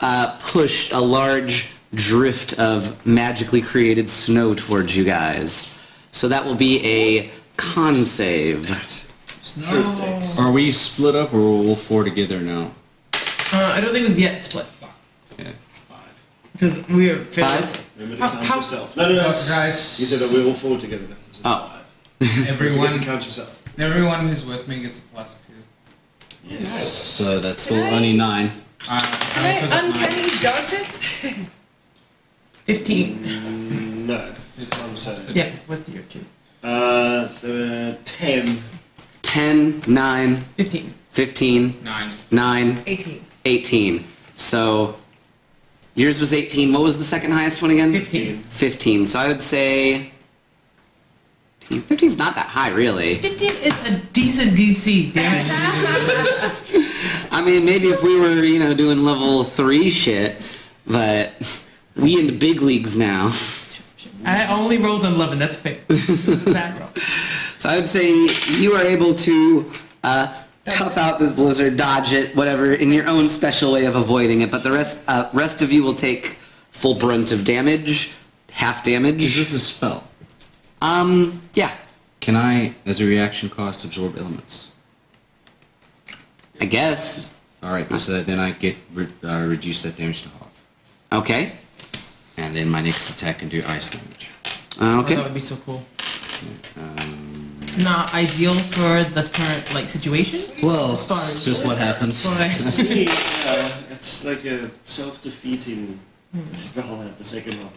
A: uh, push a large drift of magically created snow towards you guys. So that will be a con save.
B: True stakes.
F: Are we split up or are all four together now?
C: Uh, I don't think we've yet split
F: Okay.
C: because we are fifth.
A: Five?
B: Remember to
C: How-
B: count
C: how-
B: yourself. No, no, no.
D: Guys.
B: You said that we're all four together. Then. So
A: Oh.
B: five.
D: Everyone,
B: You forget to count yourself.
D: everyone who's with me gets a plus two.
F: So that's
E: Can
F: still
E: I-
F: only nine.
D: Uh,
E: Can
D: also
E: I
D: got mine.
E: uncanny dodge it?
C: Fifteen.
B: No. Just count yourself.
C: Yeah, with your two.
B: Uh, the ten.
A: 10, 9,
C: Fifteen.
A: 15,
D: Nine.
A: 9,
E: 18.
A: 18. So yours was 18. What was the second highest one again?
C: Fifteen.
A: 15. So I would say 15 is not that high, really.
C: Fifteen is a decent DC. Damn it.
A: I mean, maybe if we were, you know, doing level 3 shit, but we in the big leagues now.
C: I only rolled an eleven. That's fair. Bad roll.
A: So I would say you are able to uh, tough out this blizzard, dodge it, whatever, in your own special way of avoiding it. But the rest, uh, rest of you will take full brunt of damage, half
F: Is
A: damage.
F: this a spell?
A: Um, yeah,
F: Can I, as a reaction cost, absorb elements?
A: I guess.
F: All right, so that then I get re- uh, reduce that damage to half,
A: Okay,
F: and then my next attack can do ice damage.
A: Uh,
C: Oh, that
A: okay.
C: would be so cool.
F: Um,
C: Not ideal for the current like situation.
F: Well,
C: As far as-
F: it's just what happens.
C: But-
B: Yeah, it's like a self-defeating spell at the second one.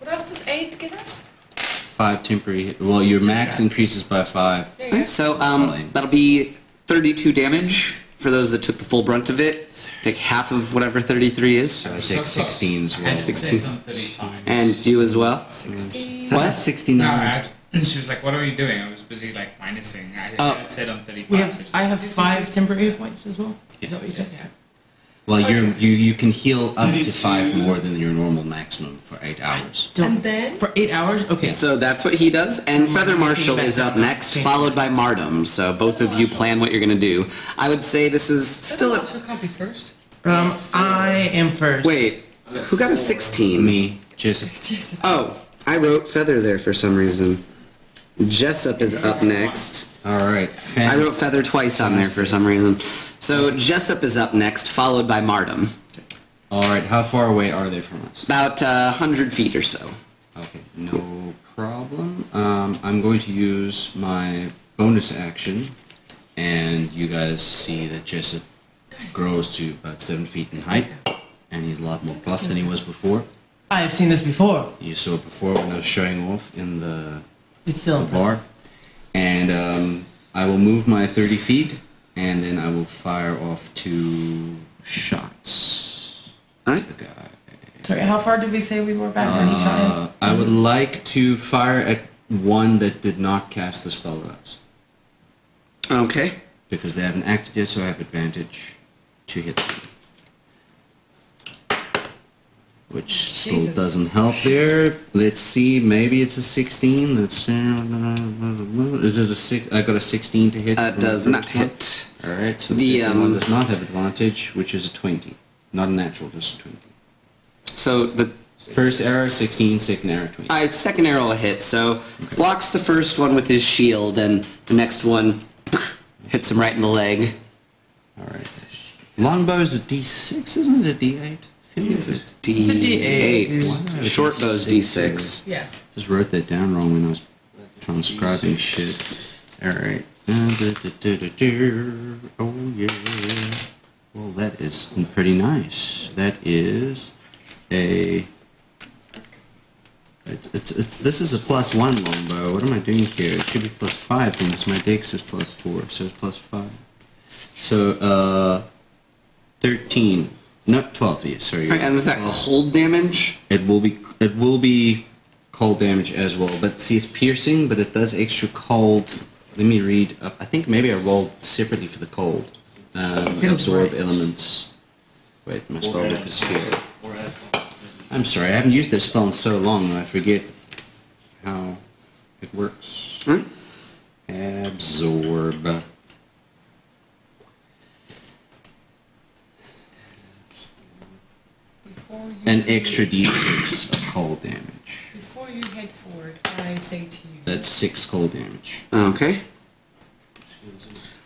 E: What else does 8 give us?
F: Five temporary. Hit. Well, your
E: Just
F: max
E: that.
F: increases by five. uh,
A: So um, that'll be 32 damage for those that took the full brunt of it. Take half of whatever 33 is,
F: So I take sixteen as well.
D: And six on 35.
A: and you as well.
E: 16.
A: What?
D: No, I, And she was like, "What are you doing?" I was busy like minusing. I,
A: Oh.
D: I had said I'm 35.
C: We
D: or
C: have.
D: something.
C: I have five temporary points as well. Is that what you said?
D: Yes.
F: Well, you're, you you can heal up
B: 32.
F: to five more than your normal maximum for eight hours.
C: Don't-
E: And then?
C: for eight hours. Okay.
A: So that's what he does, and Feather Marshal
C: back
A: is
C: down.
A: up next,
C: Change
A: followed by Mardum. So both of you plan what you're gonna do. I would say this is still a
E: She can't be first.
C: Um, I am first.
A: wait. Who got a sixteen?
F: Me, Joseph.
E: Yes.
A: Oh, I wrote Feather there for some reason. Jessup is up next.
F: All right.
A: I
F: Fan-
A: wrote Feather twice on there for some reason. So Jessup is up next, followed by Mardum.
F: All right. How far away are they from us?
A: About uh, hundred feet or so.
F: Okay, no problem. Um, I'm going to use my bonus action, and you guys see that Jessup grows to about seven feet in height, and he's a lot more buff than he was before.
C: I have seen this before.
F: You saw it before when I was showing off in the,
C: It's still
F: the
C: impressive.
F: bar. And um, I will move my 30 feet, and then I will fire off two shots.
A: Alright.
F: The guy.
C: Sorry, how far did we say we were back when he shot him?
F: Uh, I would like to fire at one that did not cast the spell rise
A: Okay.
F: because they haven't acted yet, so I have advantage to hit them. Which still
E: Jesus.
F: doesn't help there. Let's see, maybe it's a 16. That's is it a six? I got a 16 to hit.
A: Uh,
F: from the
A: does not
F: first one.
A: hit.
F: All right, so the,
A: The,
F: second one
A: um,
F: does not have advantage, which is a 20, not a natural, just a 20.
A: So the
F: First error 16, second error 20.
A: I Uh, second arrow will hit, so blocks the first one with his shield, and the next one hits him right in the leg.
F: Alright. Longbow is a D6, isn't it? A D8? I feel it's a
A: D8.
F: Wow, it's
A: Short
F: a
A: bow's D6.
F: six.
E: Yeah.
F: Just wrote that down wrong when I was transcribing shit. Alright. Oh yeah. Well, that is pretty nice. That is a. It's, it's, it's, this is a plus one longbow. What am I doing here? It should be plus five because my dex is plus four, so it's plus five. So, uh, 13. Not 12, yes, sorry.
A: Alright, and is that
F: 12.
A: cold damage?
F: It will be it will be cold damage as well. But see, it's piercing, but it does extra cold. Let me read. Up. I think maybe I rolled separately for the cold. Um,
C: Feels
F: absorb
C: right.
F: elements. Wait, my spell book is here.
B: Or add
F: I'm sorry, I haven't used this spell in so long. that I forget how it works.
A: Hmm?
F: Absorb.
E: Before you
F: An extra d6 of cold damage.
E: Before you head forward, I say to you.
F: That's six cold damage.
A: Okay.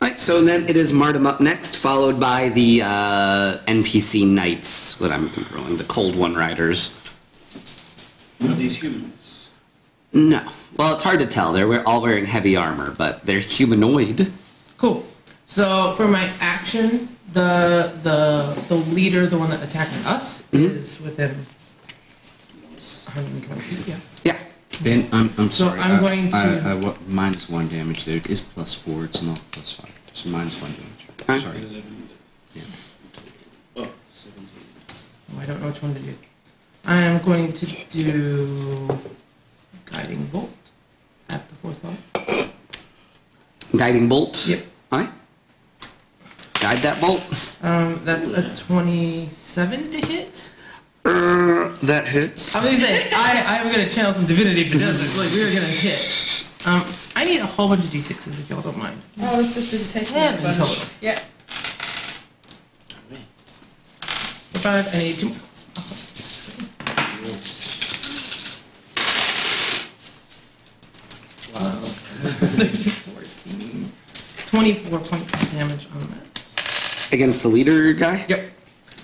A: Alright, so then it is Martum up next, followed by the uh, NPC Knights that I'm controlling, the Cold One Riders.
B: Are these humans?
A: No. Well, it's hard to tell. They're we- all wearing heavy armor, but they're humanoid.
C: Cool. So for my action, the the the leader, the one that attacked us, is within 120 feet. Yeah.
A: Yeah.
F: Ben, I'm, I'm
C: So
F: sorry.
C: I'm
F: I-
C: going to-
F: I, I, wa- minus one damage there. It is plus four. It's not plus five. It's minus one damage.
A: Huh?
F: Sorry.
B: 11.
F: Yeah.
B: Oh, 17.
C: Oh, I don't know which one to do. I am going to do guiding bolt at the fourth level.
A: Guiding bolt.
C: Yep.
A: Alright. Guide that bolt.
C: Um, that's a 27 to hit.
A: that hits.
C: I was gonna say I, I'm gonna channel some divinity, but it doesn't look like we were gonna hit. Um, I need a whole bunch of d6s if y'all don't mind.
E: Oh, it's just
C: Seven
E: intense.
C: total.
E: Yeah.
C: For five, I need two more. Awesome. Wow. 24 points of damage on that.
A: Against the leader guy?
C: Yep.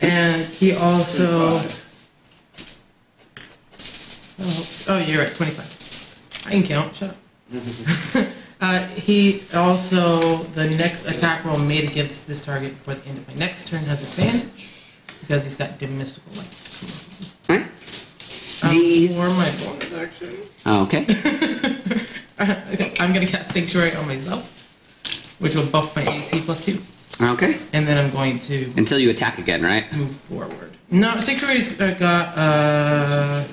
C: And he also. Oh, oh, you're right, 25. I can count, shut up. uh, he also, the next attack roll made against this target before the end of my next turn has advantage because he's got dim mystical light.
A: Alright.
C: Um,
A: The-
C: for my bonus action,
A: Okay.
C: okay, I'm gonna cast Sanctuary on myself, which will buff my AC plus two,
A: okay.
C: and then I'm going to
A: Until you attack again, right?
C: move forward. No, Sanctuary's uh, got uh,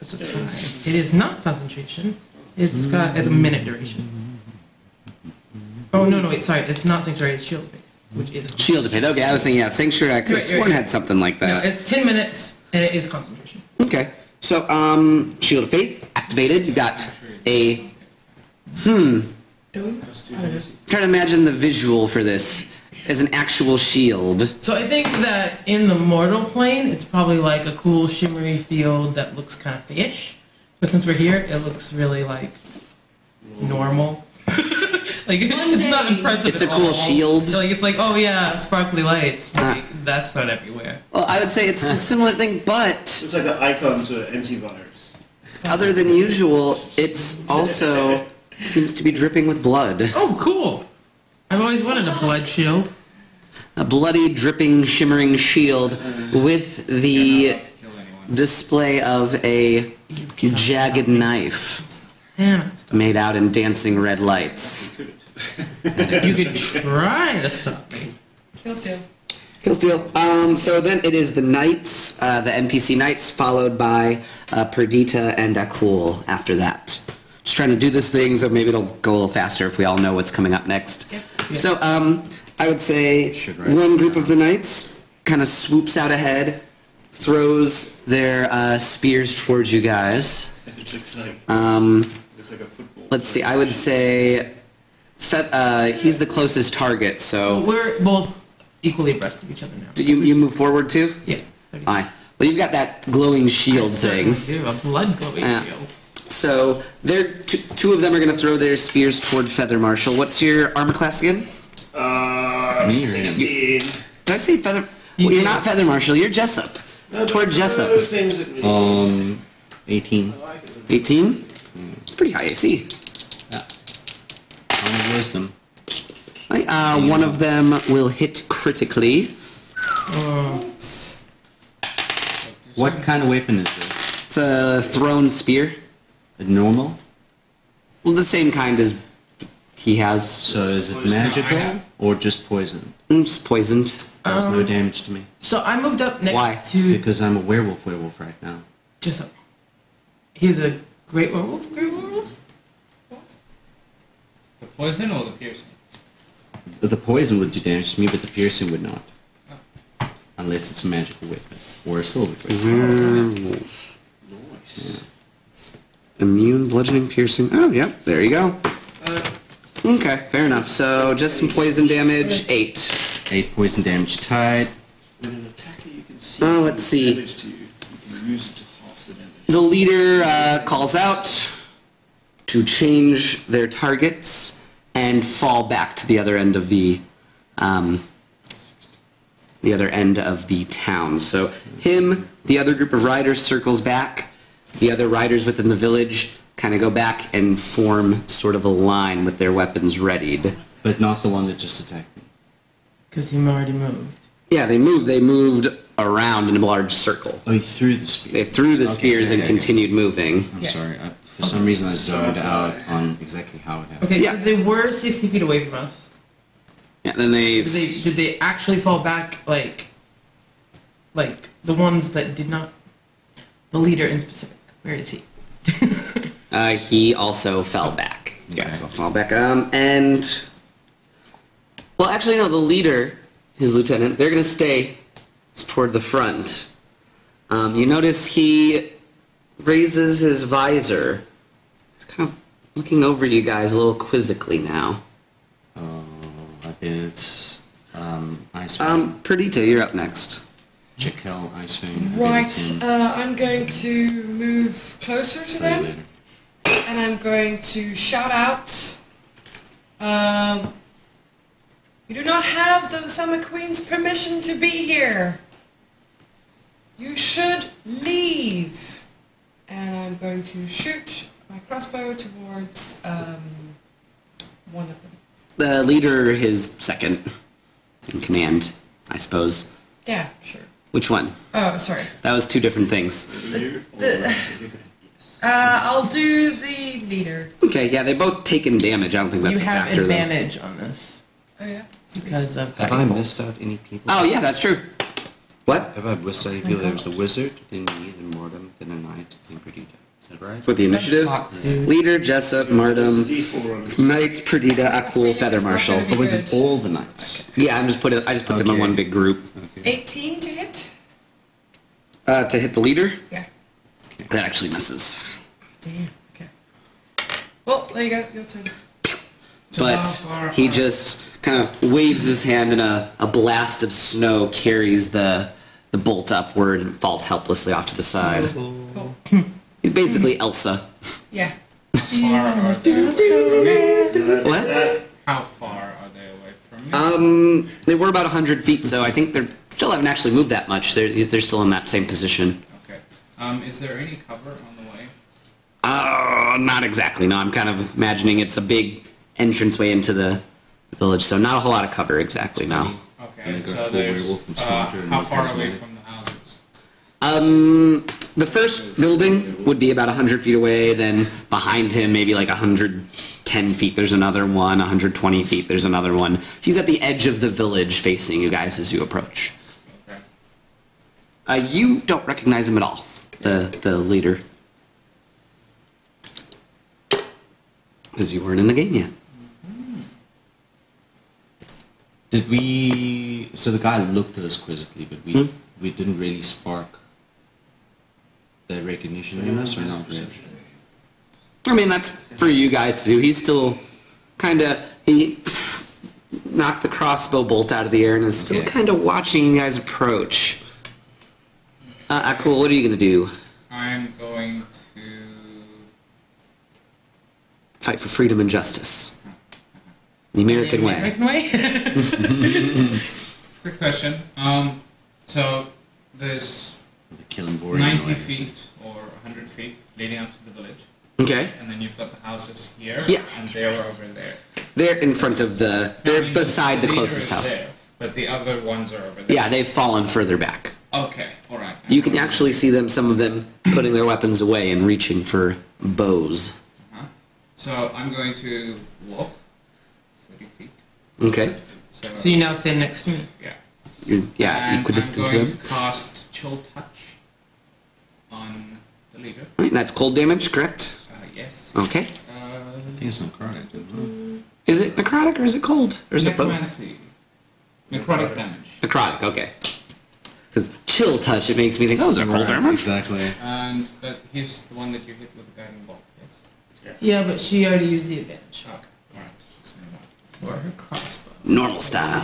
C: It's a time. It is not concentration. It's got it's a minute duration. Oh no no wait sorry it's not sanctuary it's shield of faith which is
A: Shield of Faith. Okay, I was thinking, yeah, Sanctuary. I could have
C: Right, right,
A: sworn
C: right.
A: had something like
C: no
A: that.
C: it's ten minutes and it is concentration.
A: Okay. So, um, Shield of Faith activated. You got a. Hmm. Trying to imagine the visual for this as an actual shield.
C: So I think that in the mortal plane it's probably like a cool shimmery field that looks kind of fish, but since we're here it looks really like normal. like it's not
E: Mundane.
C: impressive.
A: It's
C: at
A: a cool
C: all.
A: shield. Ah.
C: Like it's like oh yeah sparkly lights like that's not everywhere.
A: Well, I would say it's a similar thing, but
B: It's like an icon to antivirus.
A: other than usual, it's also seems to be dripping with blood.
C: Oh, cool. I've always wanted a blood shield.
A: A bloody, dripping, shimmering shield with the display of a jagged knife
C: Hannah,
A: made out in dancing red lights.
C: you could try to stop me.
E: Kill still.
A: Killsteel. Um, so then it is the knights, uh, the NPC knights, followed by uh, Perdita and Akul after that. Just trying to do this thing, so maybe it'll go a little faster if we all know what's coming up next.
E: Yep.
A: So um, I would say
F: Should write
A: one
F: it
A: group of the knights kind of swoops out ahead, throws their uh, spears towards you guys.
B: It looks like
A: Um,
B: looks like a football.
A: let's see, I would say Fet, uh, he's the closest target, so
C: We're both equally abreast of each other now.
A: you, you move forward too?
C: Yeah.
A: Aye. Well, you've got that glowing shield
C: Certainly
A: thing.
C: Do, a blood glowing
A: Yeah.
C: shield.
A: So they're two, two of them are going to throw their spears toward Feather Marshal. What's your armor class again?
B: Uh,
F: Me or him?
B: 16.
A: Did I say Feather?
C: You
A: well, you're
C: did.
A: not Feather Marshal. You're Jessup.
B: No,
A: toward
B: but it's one of those
A: Jessup.
B: things that we-
F: Um, 18.
B: I like it.
A: 18. It's pretty high AC.
F: Pound of wisdom.
A: Aye, Uh, one of them will hit critically.
F: What kind of weapon is this?
A: It's a thrown spear.
F: A normal?
A: Well, the same kind as he has.
F: So is it magical or just poison?
A: Mm, It's poisoned.
F: Does
C: Um,
F: no damage to me.
C: So I moved up next
A: Why?
C: to
F: Because I'm a werewolf werewolf right now.
C: Jessup. He's a great werewolf. Great werewolf.
G: The poison or the piercing?
F: The poison would do damage to me, but the piercing would not. Unless it's a magical weapon or a silver weapon.
A: Immune, bludgeoning, piercing. Oh, yep. There you go. Okay, fair enough. So just some poison damage. Eight.
F: Eight poison damage tied.
B: When an attacker you can see
A: Oh, let's
B: does
A: see. Um,
B: damage to you, you can use it to half the damage.
A: The leader uh, calls out to change their targets and fall back to the other end of the um, the other end of the town. So him, the other group of riders circles back. The other riders within the village kind of go back and form sort of a line with their weapons readied.
F: But not the one that just attacked me.
C: Because he already moved.
A: Yeah, they moved. They moved around in a large circle.
F: Oh, you threw the
A: They
F: spear.
A: threw the
F: Okay,
A: spears
F: yeah,
A: and
F: yeah, yeah.
A: continued moving.
F: I'm
E: Yeah.
F: sorry. I, for some reason, I zoned out on exactly how it happened.
C: Okay,
A: Yeah.
C: so they were sixty feet away from us.
A: Yeah, then they
C: Did they, did they actually fall back like, like the ones that did not? The leader in specific. Where is he?
A: Uh, he also fell back.
F: Yes.
A: So fall back. Um, and well, actually, no. The leader, his lieutenant, they're gonna stay toward the front. Um, you notice he raises his visor. He's kind of looking over you guys a little quizzically now.
F: Oh, I bet. Um, Ice
A: Um,
F: Fang.
A: Perdita, you're up next.
F: Jekyll, Ice Fang.
E: Right, uh, I'm going to move closer to them.
F: later.
E: and I'm going to shout out. Um, you do not have the Summer Queen's permission to be here. You should leave. And I'm going to shoot my crossbow towards um, one of them.
A: The leader, his second in command, I suppose.
E: Yeah, sure.
A: Which one?
E: Oh, sorry.
A: That was two different things.
B: You
E: Uh, I'll do the leader.
A: Okay, yeah, they both taken damage. I don't think that's
C: you
A: a
C: have
A: factor. though.
C: advantage on this
E: Oh yeah.
C: because of
F: Have I missed out any people?
A: Oh yeah, that's true. What?
F: If I had wizard, I feel there was a wizard, then me, then Mortem, then a knight, then Perdita. Is that right?
A: For the initiative?
C: Fuck, dude.
A: Leader, Jessup,
B: It's a
A: Mardum,
B: D4 on
A: Knights, Perdita, Akul, Feather Marshal.
F: Or was it all the knights?
A: Yeah, I'm just put it, I just put them in
F: Okay.
A: one big group.
E: 18 to hit?
A: Uh, to hit the leader?
E: Yeah.
A: That actually misses.
E: Damn. Okay. Well, there you go. Your turn.
A: But he just kind of waves his hand and a, a blast of snow carries the the bolt upward and falls helplessly off to the side.
E: Cool.
A: He's basically Elsa.
E: Yeah.
D: far are they?
A: What?
D: How far are they away from me?
A: Um, they were about 100 feet, so I think they're still haven't actually moved that much. They're, they're still in that same position.
D: okay. Um, is there any cover on the way?
A: Uh, not exactly. No, I'm kind of imagining it's a big entranceway into the village, so not a whole lot of cover exactly now.
D: Okay,
F: Yeah, go
D: so
F: full werewolf
D: there's
F: and
D: uh,
F: slaughter and
D: how far
F: everything.
D: away from the houses?
A: Um, the first building would be about 100 feet away, then behind him, maybe like 110 feet, there's another one, 120 feet, there's another one. He's at the edge of the village facing you guys as you approach.
D: Okay.
A: Uh, you don't recognize him at all, the, the leader. Because you weren't in the game yet.
F: Did we? So the guy looked at us quizzically, but we we didn't really spark the recognition in us, or not really.
A: I mean, that's for you guys to do. He's still kind of he knocked the crossbow bolt out of the air and is still
F: Okay.
A: kind of watching you guys approach. Uh, Akul, what are you gonna do?
D: I'm going to.
A: Fight for freedom and justice, the American way.
C: American way?
D: Quick question. Um, so there's
F: The killing boring.
D: 90 feet or 100 feet leading up to the village,
A: Okay,
D: and then you've got the houses here,
A: Yeah.
D: and they were over there.
A: they're in front of the.
D: I
A: They're
D: mean,
A: beside the
D: leader
A: closest
D: is
A: house.
D: there, but the other ones are over there.
A: Yeah, they've fallen further back.
D: Okay. All right.
A: You can actually see them. Some of them putting their weapons away and reaching for bows.
D: So I'm going to walk 30 feet.
A: Okay,
D: So,
C: so you now stand next to me.
D: yeah.
A: You're, yeah,
D: and
A: equidistant
D: I'm
A: to
D: going
A: them.
D: to cast Chill Touch on the leader.
A: Right, that's cold damage, correct?
D: Uh, yes.
A: Okay.
D: Uh,
F: I think it's not correct. isn't
A: Is it necrotic or is it cold? Or is it both?
D: necromancy. Necrotic damage.
A: Necrotic, okay. Because chill touch, it makes me think, oh, is it
F: it?
A: cold damage?
F: Uh, Exactly.
D: And that he's the one that you hit with the guiding bolt, yes?
C: Yeah, but she already used the advantage
D: Okay. Alright. So,
C: for her crossbow.
A: Normal style.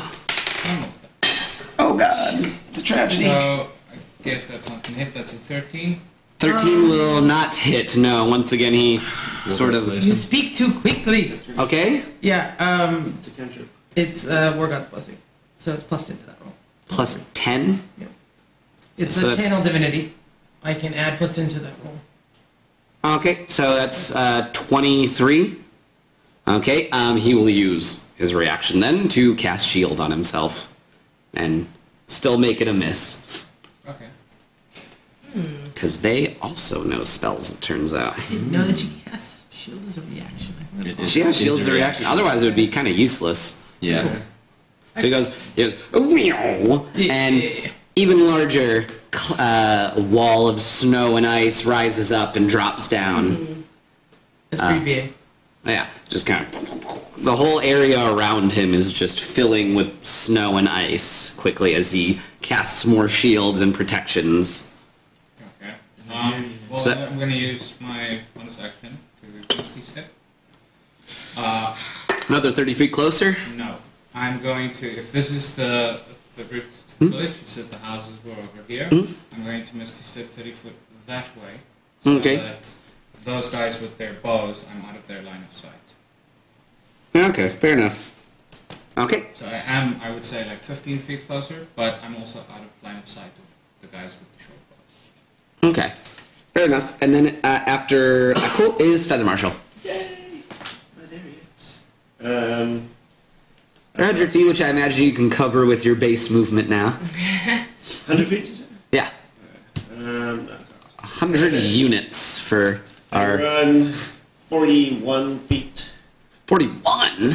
D: almost done.
A: Oh, God. It's a tragedy.
D: So I guess that's not going to hit. That's a 13.
A: 13 will not hit. No, once again, he sort of.
C: You speak too quickly.
A: Okay?
C: Yeah, um,
B: It's a cantrip.
C: it's uh, War God's blessing. So it's plus 10 to that roll.
A: Plus 10?
C: It's
A: So
C: a
A: that's-
C: channel divinity. I can add plus 10 to that roll.
A: Okay, so that's uh, 23. Okay, um, he will use his reaction then to cast shield on himself and still make it a miss.
D: Okay.
A: Because they also know spells, it turns out.
C: Didn't know that you cast shield as a reaction. I think
F: It
C: that's
F: is-
A: She has
F: it's
A: shields a reaction. Otherwise, it would be kind of useless.
F: Yeah.
A: So he goes, he goes, "Oh, meow," and even larger cl- uh, wall of snow and ice rises up and drops down.
C: That's pretty big.
A: Yeah, just kind of. The whole area around him is just filling with snow and ice quickly as he casts more shields and protections.
D: Okay. Um, well,
A: So-
D: I'm going to use my bonus action to Misty Step. Uh,
A: Another 30 feet closer.
D: no. I'm going to, if this is the the route to
A: Hmm?
D: the village, you said the houses were over here, I'm going to Misty Step 30 foot that way. So
A: Okay.
D: that those guys with their bows, I'm out of their line of sight.
A: Okay, fair enough. Okay,
D: So I am, I would say, like 15 feet closer, but I'm also out of line of sight of the guys with the short bows.
A: Okay. Fair enough. And then uh, after Akul is Feather Marshal.
B: Oh, there he is. Um,
A: They're 100 feet, which I imagine you can cover with your base movement now.
B: 100 feet, is it?
A: Yeah.
B: Um, no.
A: 100 units for
B: I
A: our
B: run 41 feet.
A: 41.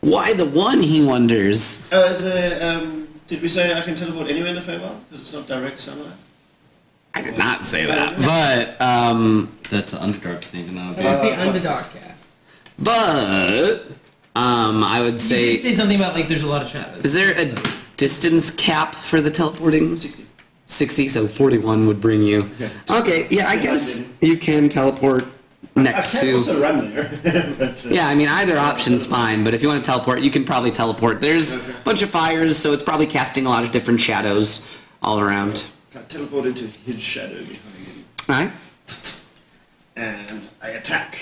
A: Why the one, he wonders.
B: Oh, as a um, Did we say I can teleport anywhere in the Feywild? Because it's not direct sunlight.
A: I did not say that. But, um,
F: That's the Underdark thing, and I'll be.
E: It's the Underdark, yeah.
A: but, um, I would
E: You
A: say,
E: did say something about like there's a lot of shadows.
A: is there a distance cap for the teleporting?
B: 60.
A: 60, so 41 would bring you.
B: Okay.
A: Okay, yeah, I guess you can teleport
B: I
A: next
B: can
A: to.
B: also run there. but, uh,
A: Yeah, I mean, either option's fine, but if you want to teleport, you can probably teleport. There's a bunch of fires, so it's probably casting a lot of different shadows all around.
B: I teleport into his shadow behind him.
A: Alright?
B: And I attack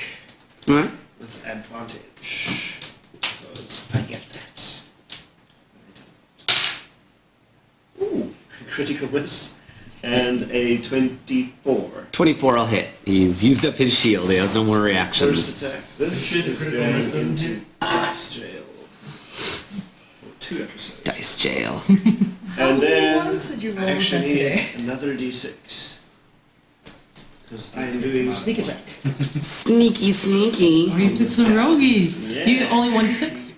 A: Alright?
B: with advantage. Because I get that. Ooh, critical miss. And a 24.
A: 24 will hit. He's used up his shield, he has no more reactions.
B: First attack. This shit is going into dice jail. For two episodes.
A: Dice jail.
B: And
E: What
B: then
E: else did you roll with that
B: actually
E: today?
B: another d6. Because I am doing sneak attack.
A: sneaky, sneaky.
C: We did some roguies.
B: Yeah.
C: Do you only 1d6?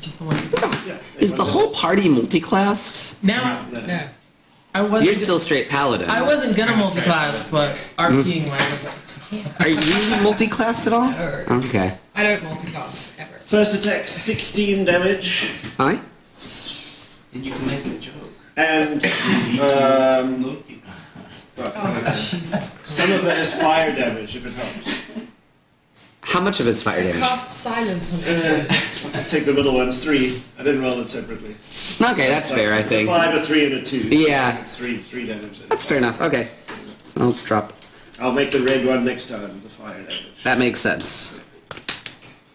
C: Just the 1d6.
B: Yeah,
A: Is the whole party multiclassed?
C: Now,
E: Yeah.
C: I wasn't.
A: You're still straight paladin.
C: I wasn't gonna multi-class, but RPing wise, I was like, I can't.
A: Are you multiclassed at all?
E: Or-
A: Okay.
E: I don't multiclass ever.
B: First attack, 16 damage,
A: Alright?
F: And you can make a joke.
B: and um, but,
E: Oh, Jesus Christ.
B: some of that is fire damage if it helps.
A: How much of his fire damage?
E: Cast silence
B: Uh,
E: on everyone.
B: Let's take the middle one, three. I didn't roll it separately.
A: Okay, that's fair, I
B: It's a
A: think.
B: five, a three, and a two.
A: Yeah.
B: Three, three damage. then.
A: That's fair enough. Okay. I'll drop.
B: I'll make the red one next time, the fire damage.
A: That makes sense.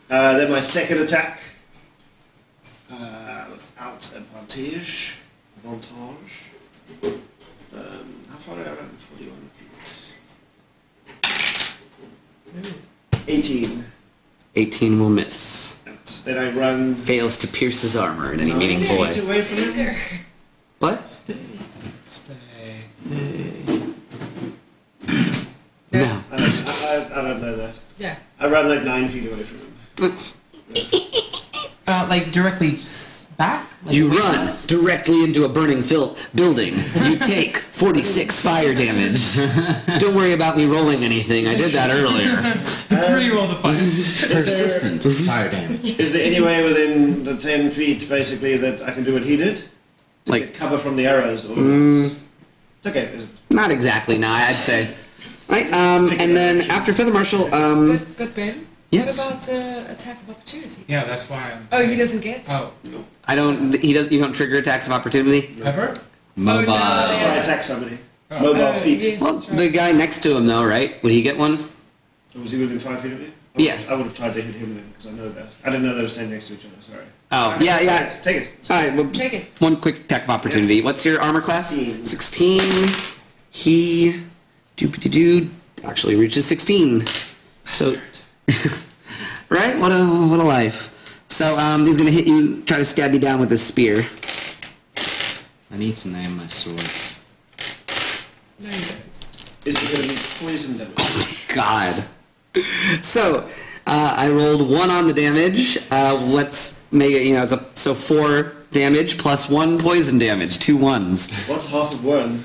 B: Uh, then my second attack, uh, without advantage, avantage. Um, how far did I run? 41 feet. 18.
A: 18 will miss.
B: Then I run
A: Fails to pierce his armor in any
E: Oh,
A: meaningful way.
B: Get away from him.
E: There.
A: What?
G: Stay.
A: No.
B: I don't, I, I, I don't know that.
E: Yeah.
B: I run like nine feet away from him.
C: Uh, like directly s- back. Like,
A: You run directly into a burning fil- building. You take 46 fire damage. Don't worry about me rolling anything. I did that earlier.
C: Pre-roll the fight.
F: Persistent fire damage.
B: Is there any way within the ten feet, basically, that I can do what he did? To
A: Like-
B: get cover from the arrows, or
A: Mm.
B: it's okay. is it?
A: Not exactly, nah, I'd say. Right, um, and then after Feather Marshal, um,
E: But, but Ben,
A: Yes.
E: what about uh, attack of opportunity?
D: Yeah, that's why I'm.
E: Oh, he doesn't get?
D: Oh,
A: I don't, he does, you don't trigger attacks of opportunity?
D: ever?
F: Mobile.
E: Oh,
B: If I
E: yeah.
B: attack somebody, mobile
E: Oh,
B: feet.
E: yes,
A: Well,
E: that's right.
A: the guy next to him though, right? Would he get one?
B: Was he within five feet of me? I
A: Yeah.
B: would've- I would have tried to hit him then because I know that. I didn't know they were standing next to each other. Sorry.
A: Oh, yeah, yeah.
B: Take it.
A: All right, well,
E: Take it.
A: one quick attack of opportunity. What's your armor class?
B: 16.
A: 16. He doo-doo-doo, actually reaches 16. So, right? What a what a life. So um, he's gonna hit you, try to stab you down with his spear.
F: I need to name my swords.
E: No, you don't.
B: Is it going to be poison damage?
A: God. So uh, I rolled one on the damage. Uh, let's make it. You know, it's a so four damage plus one poison damage. Two ones.
B: What's half of one?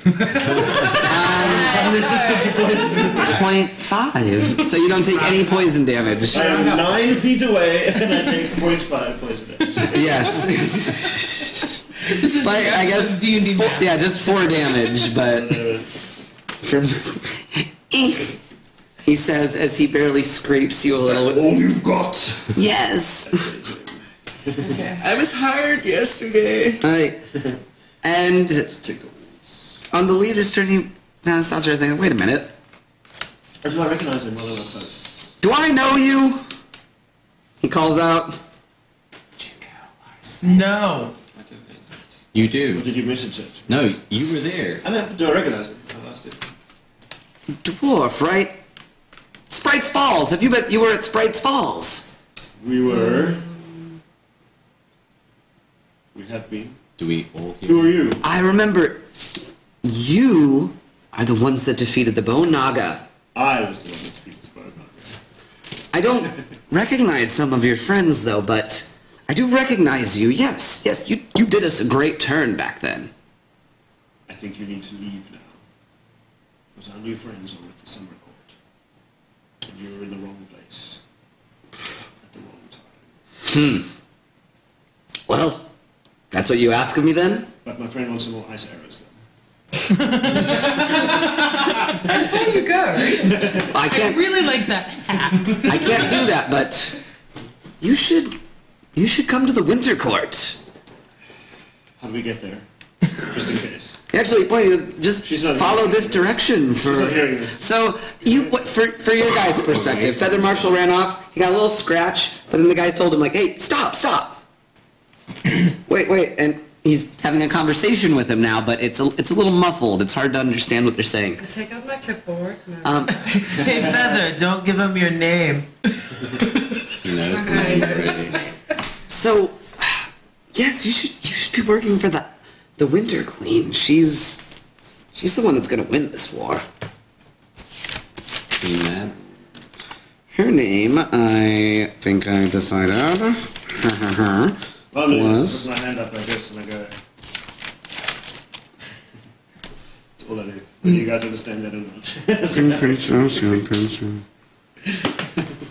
A: Point five. So you don't take any poison damage.
B: I am nine feet away and I take 0.5 poison damage.
A: Yes. but I guess
C: D and D
A: four,
C: math.
A: yeah, just four damage. But
B: Uh,
A: from Eh. he says as he barely scrapes you a little.
B: all you've got.
A: Yes.
E: Okay.
F: I was hired yesterday.
A: All right. And
B: Tickle.
A: on the leader's turn, he now stops her saying, "Wait a minute.
B: Do I recognize him while I'm up close?
A: Do I know you?" He calls out.
C: No.
F: You
B: Or
F: do.
B: did you message it?
F: No, you were there.
B: I don't do I recognize him? I lost it.
A: Dwarf, right? Sprites Falls. Have you been? You were at Sprites Falls.
B: We were. We have been.
F: Do we all hear?
B: Who are you?
A: I remember. You are the ones that defeated the Bone Naga.
B: I was the one that speaks about it.
A: I don't recognize some of your friends though, but I do recognize you. Yes, yes, you, you did us a great turn back then.
B: I think you need to leave now. Because our new friends are at the summer court. And you're in the wrong place. At the wrong time.
A: Well, that's what you ask of me then?
B: But my friend wants some more ice arrows then.
E: Before you go,
A: I
C: I
A: can't
C: really like that hat.
A: I can't do that, but you should you should come to the winter court.
B: How do we get there? Just in case.
A: Actually, point just
B: She's not
A: follow
B: hearing
A: this
B: you.
A: direction for.
B: not hearing you.
A: So you what, for for your guys' perspective, Feather Marshall ran off. He got a little scratch, but then the guys told him like, "Hey, stop, stop." wait, wait, and he's having a conversation with him now, but it's a it's a little muffled. It's hard to understand what they're saying.
E: I take out my clipboard. No.
A: Um,
C: hey, Feather, don't give him your name.
F: He knows the
E: I
F: name
E: know.
F: already.
A: So, yes, you should you should be working for the the Winter Queen. She's she's the one that's gonna win this war.
F: Be mad.
A: Her name, I think I decided.
B: Well, no, I
A: Was?
B: just put my hand up like this and I go. That's all I do. Whether you guys understand that or not.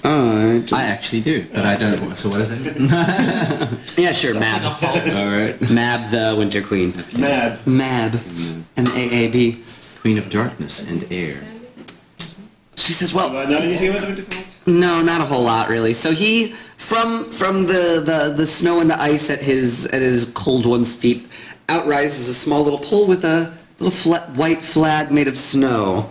F: I, actually do, but I don't. So what is that?
A: yeah, sure, Mab.
F: All right.
A: Mab the Winter Queen.
B: Mad.
A: Mab. M A A B.
F: Queen of Darkness and Air.
A: She says,
B: Do
A: well,
B: I know anything about the winter court?
A: No, not a whole lot really. So he from from the, the, the snow and the ice at his at his cold one's feet outrises a small little pole with a little fla- white flag made of snow.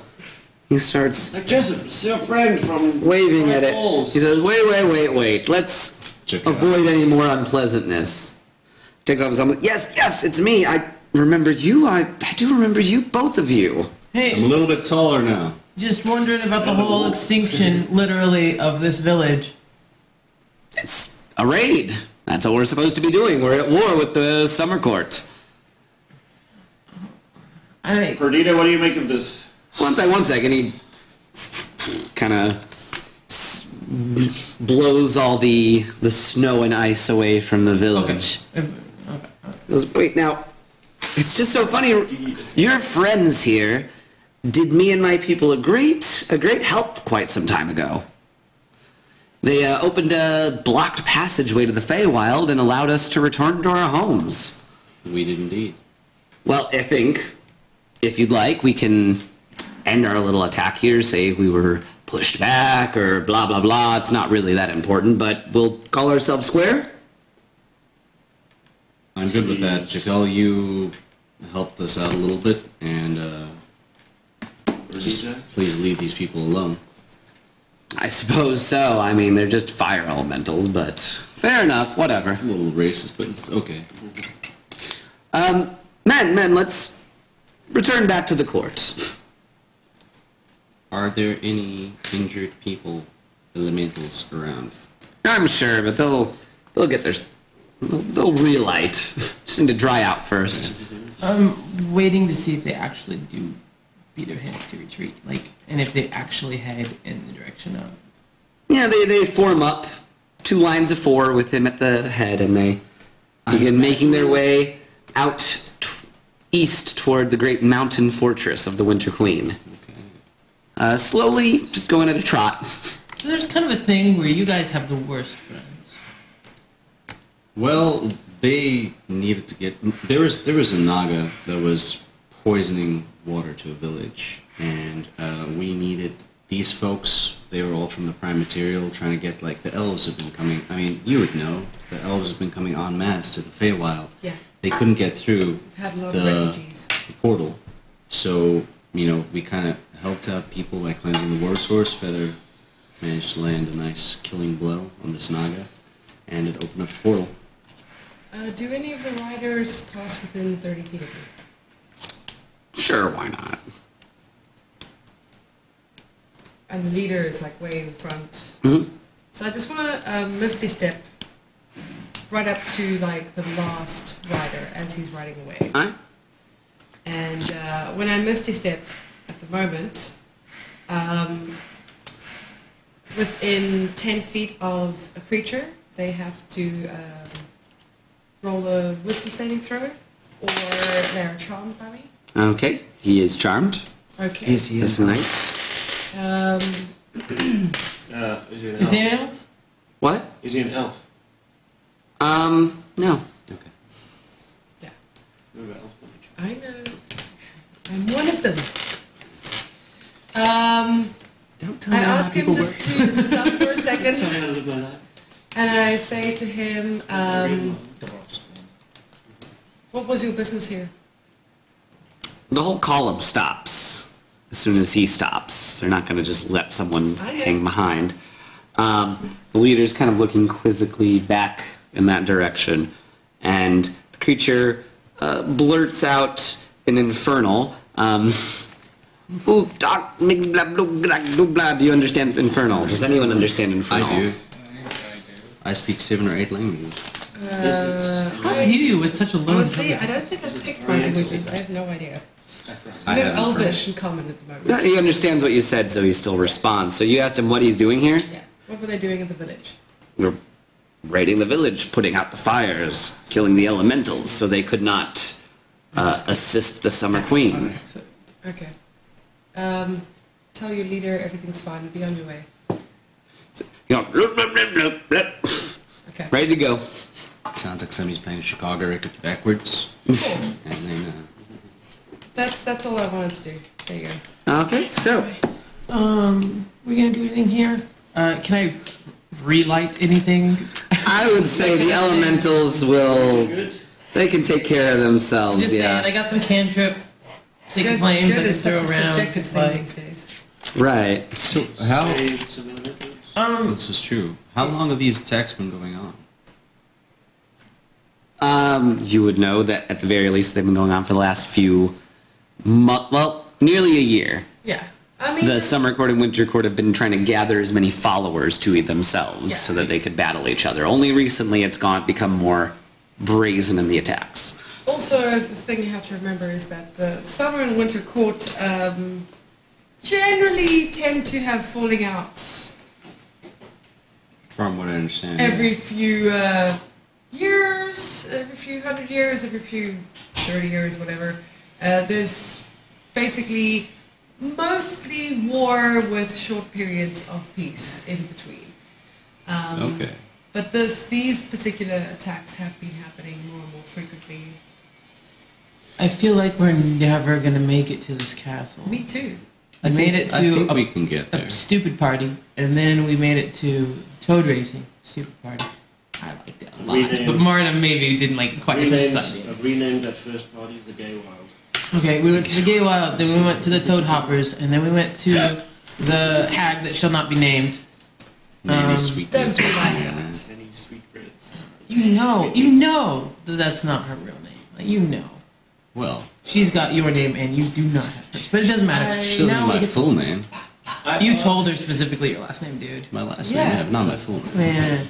A: He starts
B: Like Jessup, it's your friend from
A: waving
B: White
A: at it.
B: Falls.
A: He says, "Wait, wait, wait, wait. Let's
F: Check it out.
A: avoid any more unpleasantness." Takes off his helmet. Yes, yes, it's me. I remember you. I I do remember you, both of you.
F: I'm a
C: Hey,
F: little bit taller now.
C: just wondering about the whole extinction, literally, of this village.
A: It's a raid. That's what we're supposed to be doing. We're at war with the summer court.
C: I don't,
B: Perdita, what do you make of this?
A: One sec, one sec, and he kind of blows all the the snow and ice away from the village. Goes, Wait, now it's just so funny. Your friends here did me and my people a great a great help quite some time ago. They uh, opened a blocked passageway to the Feywild and allowed us to return to our homes.
F: We did indeed.
A: Well, I think if you'd like, we can end our little attack here. Say we were pushed back or blah blah blah. It's not really that important, but we'll call ourselves square.
F: I'm good with that. Jakel, you helped us out a little bit, and uh,
B: Perdita?
F: please leave these people alone.
A: I suppose so. I mean, they're just fire elementals, but fair enough. Whatever.
F: It's a little racist, but it's okay.
A: Men, men, let's return back to the court.
F: Are there any injured people, elementals around?
A: I'm sure, but they'll they'll get their they'll, they'll relight. just need to dry out first.
C: I'm waiting to see if they actually do beat their heads to retreat, like, and if they actually head in the direction of.
A: Yeah, they, they form up two lines of four with him at the head, and they begin making their way out t- east toward the great mountain fortress of the Winter Queen. Uh, slowly, just going at a trot.
C: So there's kind of a thing where you guys have the worst friends.
F: Well, they needed to get there was there was a naga that was poisoning water to a village, and uh, we needed these folks. They were all from the prime material, trying to get like the elves have been coming. I mean, you would know the elves have been coming en masse to the Feywild.
E: Yeah.
F: They couldn't get through
E: We've had a lot
F: the,
E: of refugees.
F: the portal, so you know we kind of helped out people by cleansing the war source feather. Managed to land a nice killing blow on this naga, and it opened up the portal.
E: Uh, do any of the riders pass within 30 feet of me?
A: sure, why not?
E: And the leader is like way in front. So I just want to um, misty step right up to like the last rider as he's riding away.
A: Huh?
E: And uh, when I misty step at the moment, um, within 10 feet of a creature, they have to um, roll a wisdom saving throw, or they're charmed by me.
A: Okay, he is charmed.
E: Okay.
A: This night.
E: Um,
B: Uh, is he an
C: Is
B: elf?
C: he an elf?
A: What?
B: Is he an elf?
A: Um, no. Okay.
E: yeah,
B: Remember elf culture?
E: I know. I'm one of them. Um,
A: Don't tell
E: I
A: me how
E: ask him
A: people
E: just to stop for a second,
B: Tell me how to live my life.
E: and I say to him, um,
D: Dwarfs.
E: "What was your business here?"
A: The whole column stops as soon as he stops. They're not going to just let someone
E: I know.
A: hang behind. Um, the leader's kind of looking quizzically back in that direction, and the creature uh, blurts out an infernal. Um, Ooh, doc, mig, blah, blah, blah, blah, blah. Do you understand infernal? Does anyone understand infernal?
F: I do.
D: I think I do.
F: I speak seven or eight languages.
C: Uh,
B: Is it
C: How do you with such a low
E: Honestly, I
C: intelligence?
E: don't think I've picked my languages. I have no idea.
F: I
E: I know
F: have
E: Elvish in common at the
A: No,
E: moment.
A: He understands what you said, so he still responds. So you asked him what he's doing here?
E: Yeah. What were they doing in the village?
A: We're raiding the village, putting out the fires, killing the elementals, so they could not uh, assist the Summer Queen.
E: Okay. Um, tell your leader everything's fine. Be on your way.
A: You know, bloop, bloop, bloop, bloop, bloop.
E: Okay.
A: ready to go.
F: Sounds like somebody's playing Chicago records backwards.
E: Cool.
F: And then, uh,
E: That's that's all I wanted to do. There you go.
A: Okay, so
C: Um, we gonna do anything here? Uh, can I relight anything?
A: I would say the elementals will.
B: Good.
A: They can take care of themselves,
C: Just
A: yeah.
C: saying, I got some cantrip, sacred
E: Good,
C: flames I
E: good
C: can
E: is
C: throw
E: such a
C: around.
E: subjective thing
C: like-
E: these days.
A: right.
F: so how?
B: Save some elementals.
C: um,
F: This is true. How long have these attacks been going on?
A: Um, you would know that at the very least they've been going on for the last few months, well, nearly a year.
E: Yeah. I mean,
A: The summer court and winter court have been trying to gather as many followers to themselves
E: Yeah.
A: so that they could battle each other. Only recently it's gone become more brazen in the attacks.
E: also the thing you have to remember is that the summer and winter court um, generally tend to have falling outs
F: From what I understand.
E: every few uh, years, every few hundred years, every few 30 years, whatever. Uh, there's basically mostly war with short periods of peace in between. Um,
F: Okay.
E: But this, these particular attacks have been happening more and more frequently.
C: I feel like we're never gonna make it to this castle.
E: Me too.
C: I made it
F: I think
C: to
F: we
C: a,
F: can get there.
C: a stupid party, and then we made it to toad racing. Stupid party. I liked that a lot.
B: Rename-
C: But Marta maybe didn't like it quite as much. as I
B: Renamed,
C: did.
B: I've renamed that first party the Gay Wild.
C: Okay, we went to the Gay Wild, then we went to the Toad Hoppers, and then we went to the Hag that shall not be named.
F: Maybe
C: um,
F: sweet
E: Don't
F: meats.
E: be like that.
B: Any sweetbreads?
C: You know, you know that that's not her real name. Like, you know.
F: Well,
C: She's got your name, and you do not have hers. But it doesn't matter.
F: she doesn't
C: Now
F: have
C: we
F: my
C: get-
F: full name.
C: You told her specifically your last name, dude.
F: My last
C: Yeah.
F: name, yeah, not my full name.
C: Man.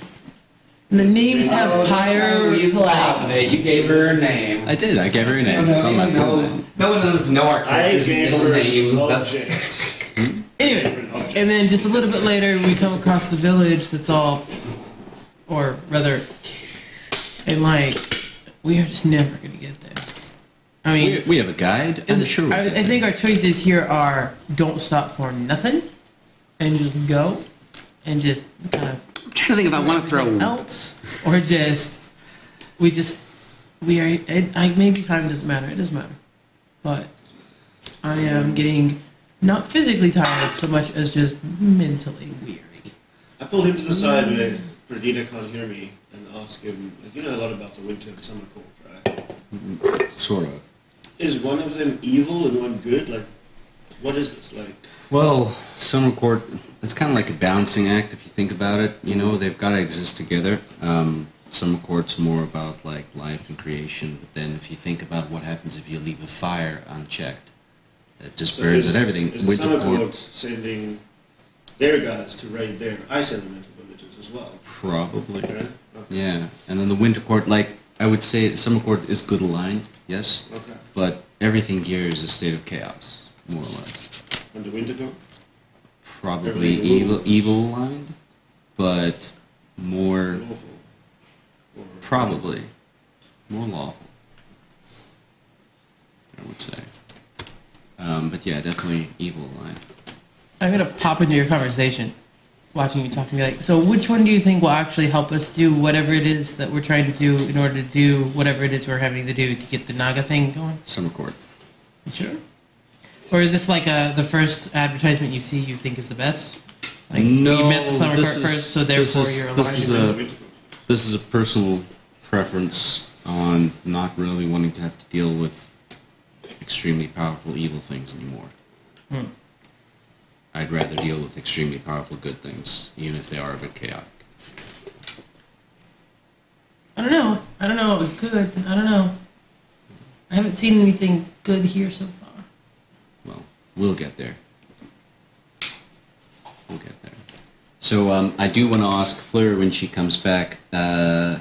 C: And the names have pyro.
A: You gave her her name.
F: I did. I gave her a name.
A: Oh,
F: Not my full name.
A: no one does know our
B: I
A: characters'
B: gave
A: middle
B: her
A: names.
B: an
A: That's
B: object.
C: Anyway, and then just a little bit later, we come across the village that's all, or rather, and like, we are just never gonna get there. I mean,
F: We, we have a guide. I'm
C: is it-
F: sure. we'll
C: I,
F: get
C: I think
F: there.
C: our choices here are don't stop for nothing, and just go, and just kind of
A: I'm trying to think if I want to
C: everything
A: throw.
C: else, or just we just we are. It, I, maybe time doesn't matter. It doesn't matter, but I am getting not physically tired so much as just mentally weary.
B: I pulled him to the side where Perdita can't hear me and ask him, like, you know a lot about the winter and summer court, right?
F: sort of.
B: Is one of them evil and one good? Like, what is this? Like,
F: Well, summer court. It's kind of like a balancing act if you think about it. You know, they've got to exist together. Um, summer court's more about like life and creation, but then if you think about what happens if you leave a fire unchecked, it just
B: so
F: burns
B: is,
F: and everything.
B: Is the
F: Winter
B: summer
F: court-
B: court sending their guys to raid their isolated villages as well?
F: Probably.
B: Okay? Okay.
F: Yeah, and then the winter court, like I would say, the summer court is good aligned, yes,
B: Okay.
F: but everything here is a state of chaos, more or less.
B: And the winter court?
F: Probably
B: Everything
F: evil, evil aligned, but more
B: lawful. Or
F: probably more lawful. I would say, um, but yeah, definitely evil line.
C: I'm gonna pop into your conversation, watching you talk and be like, so which one do you think will actually help us do whatever it is that we're trying to do in order to do whatever it is we're having to do to get the Naga thing going?
F: Summer court.
C: Sure. Or is this like uh the first advertisement you see you think is the best? Like you met the summer court
F: this is-
C: first, so
F: this
C: therefore
F: is-
C: you're
F: this is
C: alive.
F: a this is a personal preference on not really wanting to have to deal with extremely powerful evil things anymore. I'd rather deal with extremely powerful good things, even if they are a bit chaotic.
C: I don't know. I don't know. Good. I don't know. I haven't seen anything good here so far.
F: Well, we'll get there. We'll get there. So um, I do want to ask Fleur when she comes back, uh,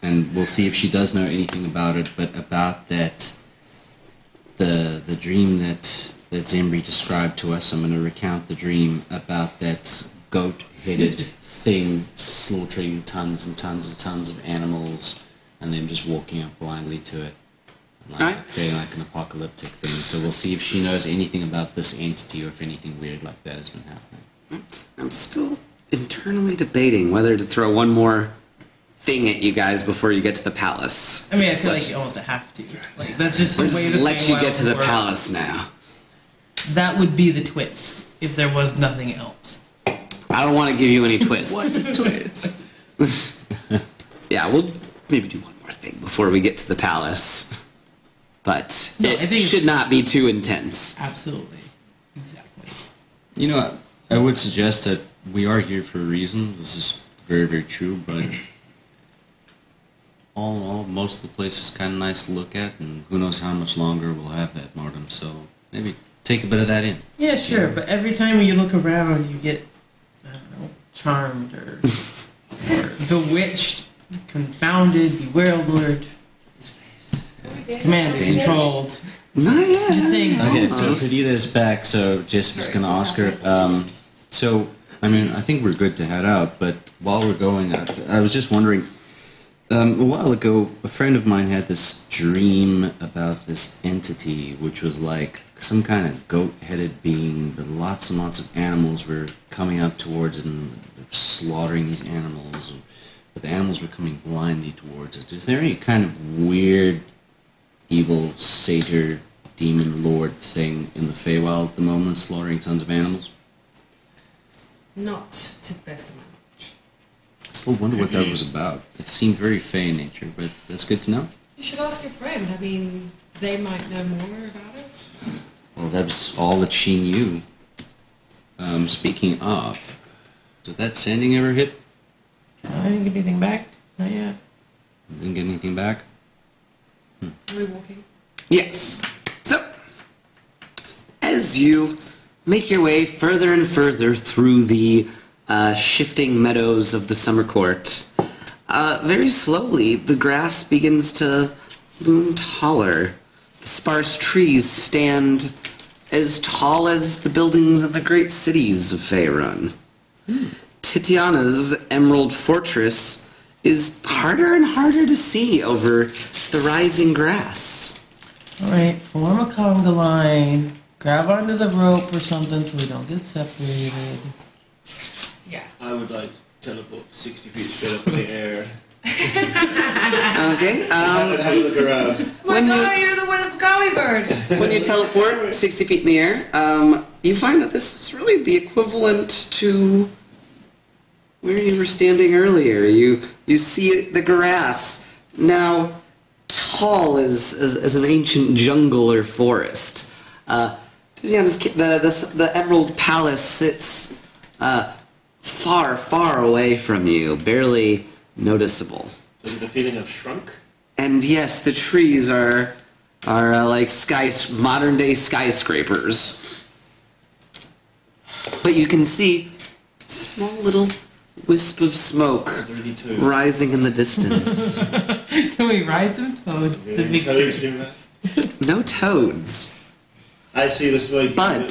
F: and we'll see if she does know anything about it. But about that, the the dream that that Zembri described to us, I'm going to recount the dream about that goat-headed thing slaughtering tons and tons and tons of animals, and then just walking up blindly to it like
A: Alright.
F: being like an apocalyptic thing. So we'll see if she knows anything about this entity or if anything weird like that has been happening.
A: I'm still internally debating whether to throw one more thing at you guys before you get to the palace.
C: I mean, I feel like you almost have to. Like that's just the
A: I'll
C: way
A: just
C: the
A: let you get to the
C: works.
A: palace now.
C: That would be the twist if there was nothing else.
A: I don't want to give you any twists.
C: twist?
A: yeah, we'll maybe do one more thing before we get to the palace. But
C: No, I
A: it
C: think
A: should not be too intense.
C: Absolutely. Exactly.
F: You know, I would suggest that we are here for a reason. This is very, very true, but all in all, most of the place is kind of nice to look at, and who knows how much longer we'll have that martyrdom. So maybe take a bit of that in.
C: Yeah, sure. But every time you look around, you get I don't know, charmed or, or bewitched, confounded, bewildered, commanded,
F: Dangerous.
C: controlled.
A: Not yet.
C: I'm just saying.
F: Okay, so
A: Almost.
F: Perdita's back, so Jess was going to ask her. Um, so, I mean, I think we're good to head out, but while we're going, I, I was just wondering. Um, a while ago, a friend of mine had this dream about this entity, which was like some kind of goat headed being, but lots and lots of animals were coming up towards it and slaughtering these animals, but the animals were coming blindly towards it. Is there any kind of weird evil satyr demon lord thing in the Feywild at the moment, slaughtering tons of animals.
E: Not to the best of my knowledge.
F: I still wonder what that was about. It seemed very fey in nature, but that's good to know.
E: You should ask your friend. I mean, they might know more about it.
F: Well, that was all that she knew. Um, speaking of, did that sanding ever hit?
C: I didn't get anything back. Not yet.
F: Didn't get anything back?
E: Are we walking?
A: Yes. So, as you make your way further and further through the uh, shifting meadows of the summer court, uh, very slowly the grass begins to loom taller. The sparse trees stand as tall as the buildings of the great cities of Faerun. Titiana's emerald fortress is harder and harder to see over the rising grass.
C: All right, form a conga line. Grab onto the rope or something so we don't get separated.
E: Yeah.
B: I would like to teleport 60 feet straight up in the air.
A: Okay. Um,
B: Have a look around.
E: Oh my
A: When
E: god, you... are the one of Gummy Bird!
A: when you teleport 60 feet in the air, um, you find that this is really the equivalent to where you were standing earlier. You you see the grass now tall as as, as an ancient jungle or forest. Uh, to be honest, the the the Emerald Palace sits uh, far far away from you, barely noticeable.
B: Is it a feeling of shrunk?
A: And yes, the trees are are uh, like sky modern day skyscrapers. But you can see small little wisp of smoke
B: Really too.
A: rising in the distance.
C: Can we ride some toads to
B: Really toes
C: victory?
B: do that?
A: no toads,
B: I see the smoke.
A: but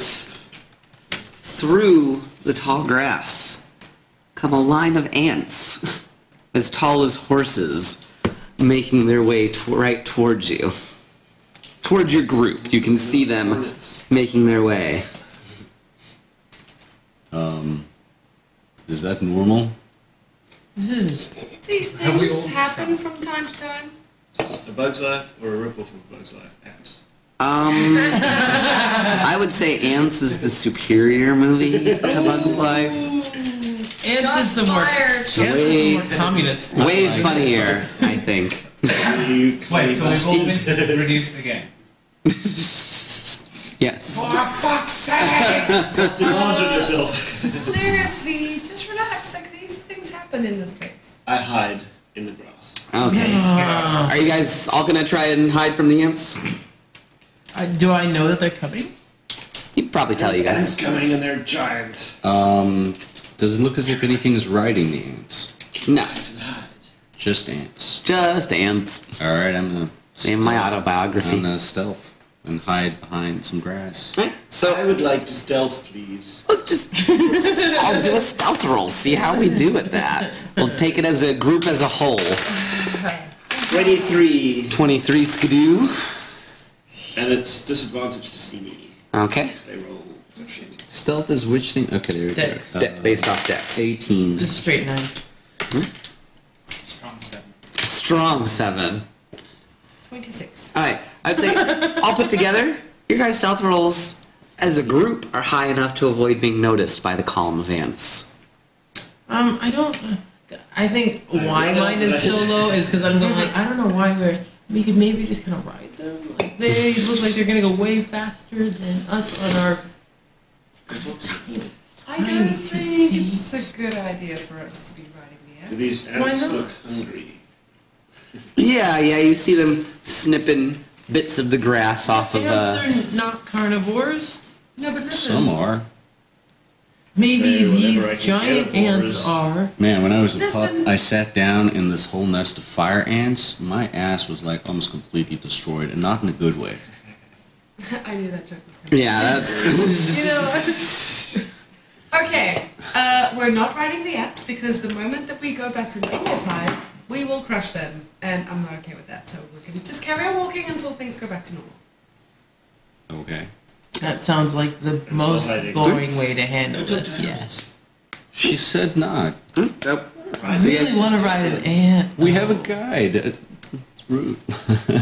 A: through the tall grass come a line of ants as tall as horses making their way to- right towards you. Towards your group. You can see them making their way.
F: Is that normal?
C: This is
E: These
D: Have we
E: things
D: all-
E: happen from time to time.
B: It's a bug's life or a ripoff of a bug's life? Ants.
A: Um, I would say Ants is the superior movie to Bug's Life.
C: ants did
E: Shots
C: some work.
E: fired.
C: Ants
A: Way-
C: did some work. Communist.
A: Way funnier, I think.
B: You
D: Wait, so we've
B: claim-
D: all been reduced again.
A: Yes.
D: For fuck's sake!
B: Imagine yourself.
E: Seriously, just relax. Like these things happen in this place.
B: I hide in the grass.
A: Okay. Are you guys all gonna try and hide from the ants?
C: I, do I know that they're coming?
A: He can probably tell you
B: Ants
A: guys. Oh.
B: coming and they're giant.
F: Um, does it look as if anything is riding the ants?
A: No.
F: Just ants.
A: Just ants.
F: All right, I'm gonna.
A: In my
F: stealth- I'm
A: autobiography.
F: gonna stealth and hide behind some grass.
A: Alright,
B: I
A: So
B: would like to stealth, please.
A: let's just I'll do a stealth roll, see how we do with that. We'll take it as a group as a whole.
E: Uh,
B: 23.
A: Twenty-three skidoo.
B: And it's disadvantage to see me.
A: Okay.
B: They roll their Oh, shit.
F: Stealth is which thing? Okay, there we
C: Dex.
F: go. Uh,
A: De- based off decks.
F: Eighteen.
C: Just straight nine.
D: Strong seven.
A: Strong seven.
E: Twenty-six.
A: All right, I'd say all put together, your guys' stealth rolls as a group are high enough to avoid being noticed by the column of ants.
C: Um, I don't. I think why
B: don't know
C: mine is so
B: tonight.
C: low is because I'm going like I don't know why we're. We could maybe just kind of ride them. Like they look like they're gonna go way faster than us on our.
E: I don't
C: Tiny
E: think
C: feet.
E: it's a good idea for us to be riding the
B: Do
E: ants.
B: these
C: Why
B: ants
C: not?
B: look hungry?
A: Yeah, yeah, you see them snipping bits of the grass off of. Uh,
C: Ants are not carnivores.
E: No, but listen.
F: Some are.
C: Maybe
B: Hey, whenever I
C: these
B: can
C: giant
B: get
C: ants
B: horse.
C: are.
F: Man, when I was a pup,
E: Listen.
F: I sat down in this whole nest of fire ants. My ass was like almost completely destroyed, and not in a good way.
E: I knew that joke was coming.
A: yeah, that's.
E: You know- okay, uh, we're not riding the ants because the moment that we go back to normal size, we will crush them, and I'm not okay with that. So we're gonna just carry on walking until things go back to normal.
F: Okay.
C: That sounds like the
B: so
C: most
B: hiding.
C: boring way to handle this. Yes.
F: She said not.
A: nope.
C: I really want to ride an ant.
F: We have a guide. Uh, It's rude.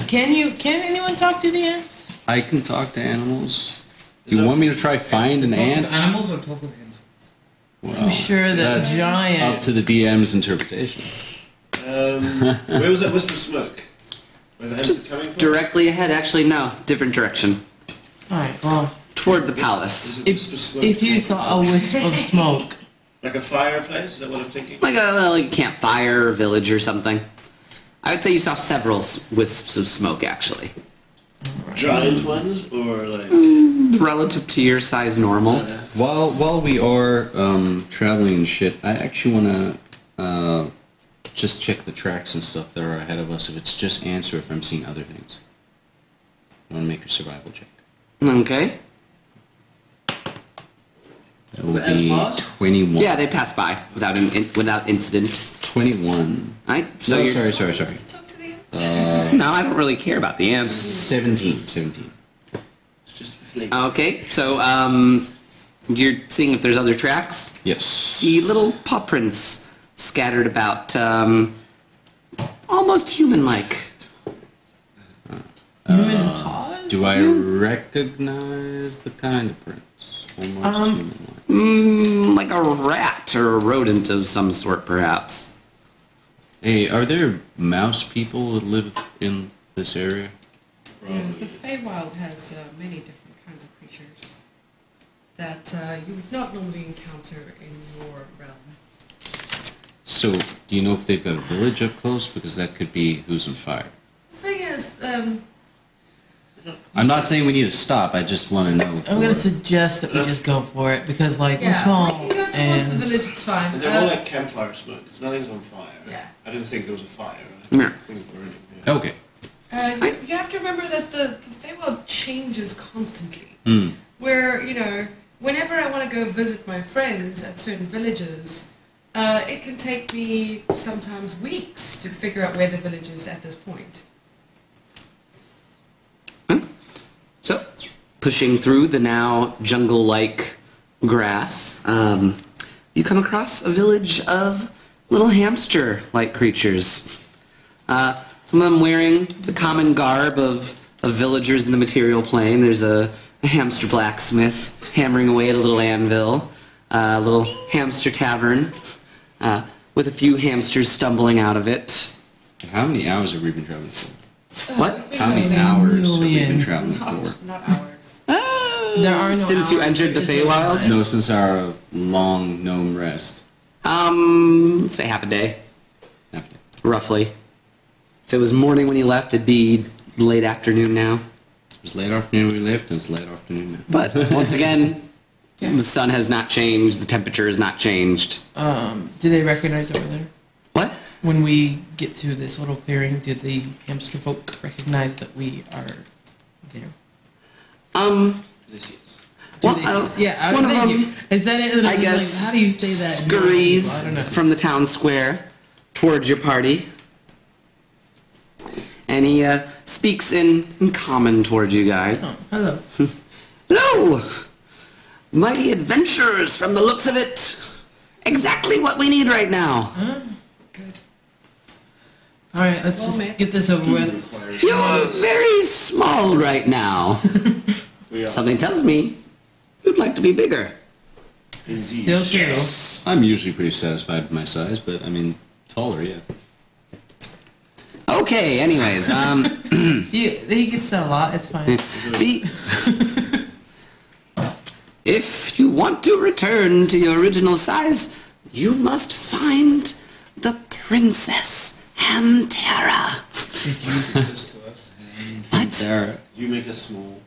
C: Can you? Can anyone talk to the ants?
F: I can talk to animals. Do you want me to try find an
D: Talk with
F: ant?
D: animals or talk with insects?
F: Well,
C: I'm sure the
F: that's up
C: giant.
F: to the DM's interpretation.
B: Um, where was that wisp of smoke? Where the ants are coming from?
A: Directly ahead, actually, no, different direction.
C: All right. Well,
A: Toward the palace.
B: Is it wisp of
C: if
B: smoke?
C: if you saw a wisp of smoke.
B: Like a fireplace? Is that what I'm thinking?
A: Like a uh, like a campfire or village or something. I would say you saw several s- wisps of smoke, actually.
B: Giant ones? Or like.
A: Mm. Relative to your size, normal.
F: While while we are um, traveling and shit, I actually want to uh, just check the tracks and stuff that are ahead of us. If it's just ants or if I'm seeing other things, I want to make a survival check.
A: Okay.
F: That will
B: The ants
F: be
B: pass?
F: twenty-one.
A: Yeah, they passed by without an in, without incident.
F: twenty-one.
A: I so
F: no,
A: you're-
F: sorry, sorry,
E: Just
F: sorry. Uh,
E: to talk to the ants.
A: No, I don't really care about the ants.
F: 17, 17.
B: It's just a flake.
A: Okay, so um, you're seeing if there's other tracks.
F: Yes.
A: See little paw prints scattered about, um, almost human-like.
C: Human paws?
F: Do I recognize the kind of prints? Almost
C: Um,
F: human-like.
A: Mm, like a rat or a rodent of some sort, perhaps.
F: Hey, are there mouse people that live in this area?
E: Yeah, the Feywild has uh, many different kinds of creatures that uh, you would not normally encounter in your realm.
F: So, do you know if they've got a village up close? Because that could be who's on fire.
E: The thing is, um,
F: I'm not saying we need to stop. I just want to know. if
C: I'm
F: we're-
C: gonna suggest that we just go for it because like we're
E: yeah,
C: small
E: we can go towards the
C: and
E: village. It's fine.
B: And they're all
E: Uh,
B: like campfire smoke. It's nothing's on fire.
E: Yeah.
B: I didn't think there was a fire. I
A: No.
B: think we're in- yeah.
F: Okay.
E: Uh, you- you have to remember that the, the Feywild changes constantly.
F: Hmm.
E: Where, you know, whenever I want to go visit my friends at certain villages, Uh, it can take me sometimes weeks to figure out where the village is at this point.
A: So, pushing through the now jungle like grass, um, you come across a village of little hamster like creatures. Uh, some of them wearing the common garb of, of villagers in the material plane. There's a, a hamster blacksmith hammering away at a little anvil, uh, a little hamster tavern uh, with a few hamsters stumbling out of it.
F: How many hours have we been traveling for?
A: What?
E: We've been
F: How many
E: going
F: hours have we been
C: million.
F: traveling for?
E: Not, Oh, not hours.
C: There are no
A: Since you
C: hours,
A: entered the
C: there is no
A: Feywild?
C: time.
F: No, since our long gnome rest.
A: Um, let's say half a day.
F: After.
A: roughly. If it was morning when you left, it'd be late afternoon now.
F: It was late afternoon we left, and it's late afternoon now.
A: But once again,
E: Yeah.
A: the sun has not changed, the temperature has not changed.
C: Um, do they recognize that we're there?
A: What?
C: When we get to this little clearing, do the hamster folk recognize that we are there?
A: Um,
C: Do
A: well,
C: they-
A: I don't-
C: yeah, I
A: one of
C: thank you.
A: them,
C: Is that it?
A: I guess,
C: Like, how do you say that? in
A: scurries
C: English? I don't know.
A: from the town square towards your party. And he uh, speaks in, in common towards you guys.
C: Oh, hello.
A: Hello! Mighty adventurers from the looks of it! Exactly what we need right now!
E: Good.
C: All right, let's
E: Well,
C: just
E: mate.
C: get this over with.
B: Requires-
A: You're very small right now.
B: We are
A: Something tells me you'd like to be bigger.
B: indeed.
C: Still true.
F: I'm usually pretty satisfied with my size, but I mean, taller, yeah.
A: Okay, anyways, um,
C: You, he gets that a lot. It's fine.
A: the, if you want to return to your original size, you must find the Princess Hamtera.
D: this to us.
A: What?
F: There.
B: Do you make a small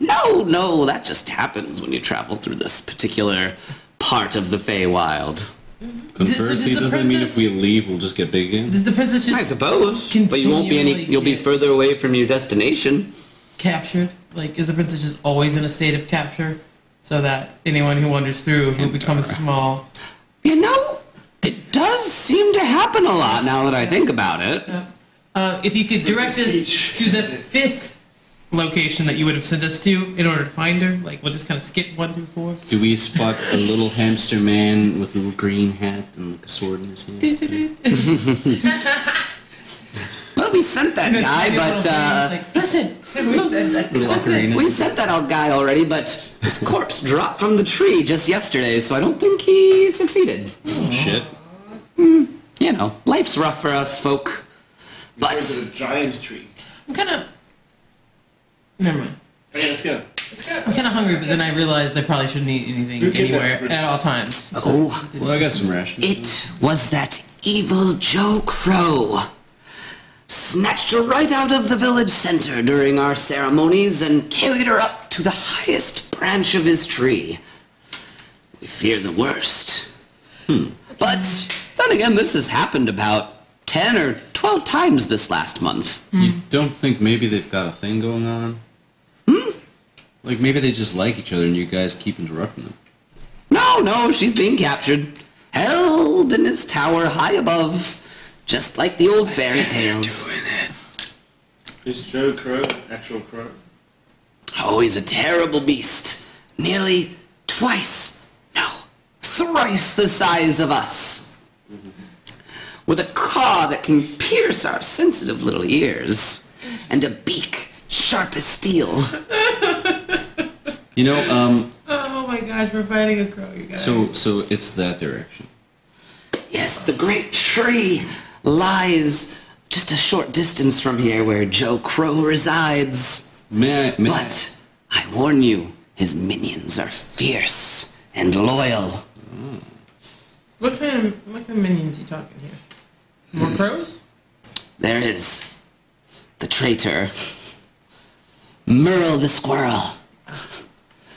A: No, no, that just happens when you travel through this particular part of the Feywild.
C: does
F: Conversely,
C: the
F: doesn't that mean if
C: princess-
F: we leave, we'll just get big again?
C: Does the princess
A: I
C: just
A: suppose, but you won't be any.
C: Continually
A: You'll be
C: get-
A: further away from your destination.
C: captured? Like, is the princess just always in a state of capture? So that anyone who wanders through who becomes small.
A: You know, it does seem to happen a lot now that I think about it.
C: Uh, if you could direct us to the fifth location that you would have sent us to in order to find her, like, we'll just kind of skip one through four.
F: Do we spot a little hamster man with a little green hat and like a sword in his hand?
A: Well, we sent that guy, but uh,
C: Like, Listen,
E: We said that.
F: Little ocarina.
A: we sent that old guy already. But his corpse dropped from the tree just yesterday, so I don't think he succeeded.
F: Oh, shit.
A: You know, life's rough for us folk.
B: There's
A: But
B: a giant tree.
C: I'm kind of. Never mind.
B: Okay, let's go.
E: Let's go.
C: I'm kind of hungry, but then I realized I probably shouldn't eat anything
B: You get that
C: anywhere
B: fruit.
C: at all times. So-
A: oh,
F: Well, I got some rations.
A: it was that evil Joe Crow. Snatched her right out of the village center during our ceremonies and carried her up to the highest branch of his tree. We fear the worst. Hmm. But then again, this has happened about 10 or 12 times this last month.
F: You don't think maybe they've got a thing going on? Hmm? Like maybe they just like each other and you guys keep interrupting them.
A: No, no, she's being captured. Held in his tower high above, just like the old fairy tales.
B: Is Joe Crow an actual crow?
A: Oh, he's a terrible beast. Nearly twice, no, thrice the size of us. With a caw that can pierce our sensitive little ears, and a beak sharp as steel.
F: You know, um,
C: Oh my gosh, we're fighting a crow, you guys.
F: so so it's that direction.
A: Yes, the great tree lies just a short distance from here where Joe Crow resides.
F: May I, may I-
A: But I warn you, his minions are fierce and loyal.
C: what kind of what kind of minions you talking here? More crows?
A: There is the traitor, Merle the Squirrel.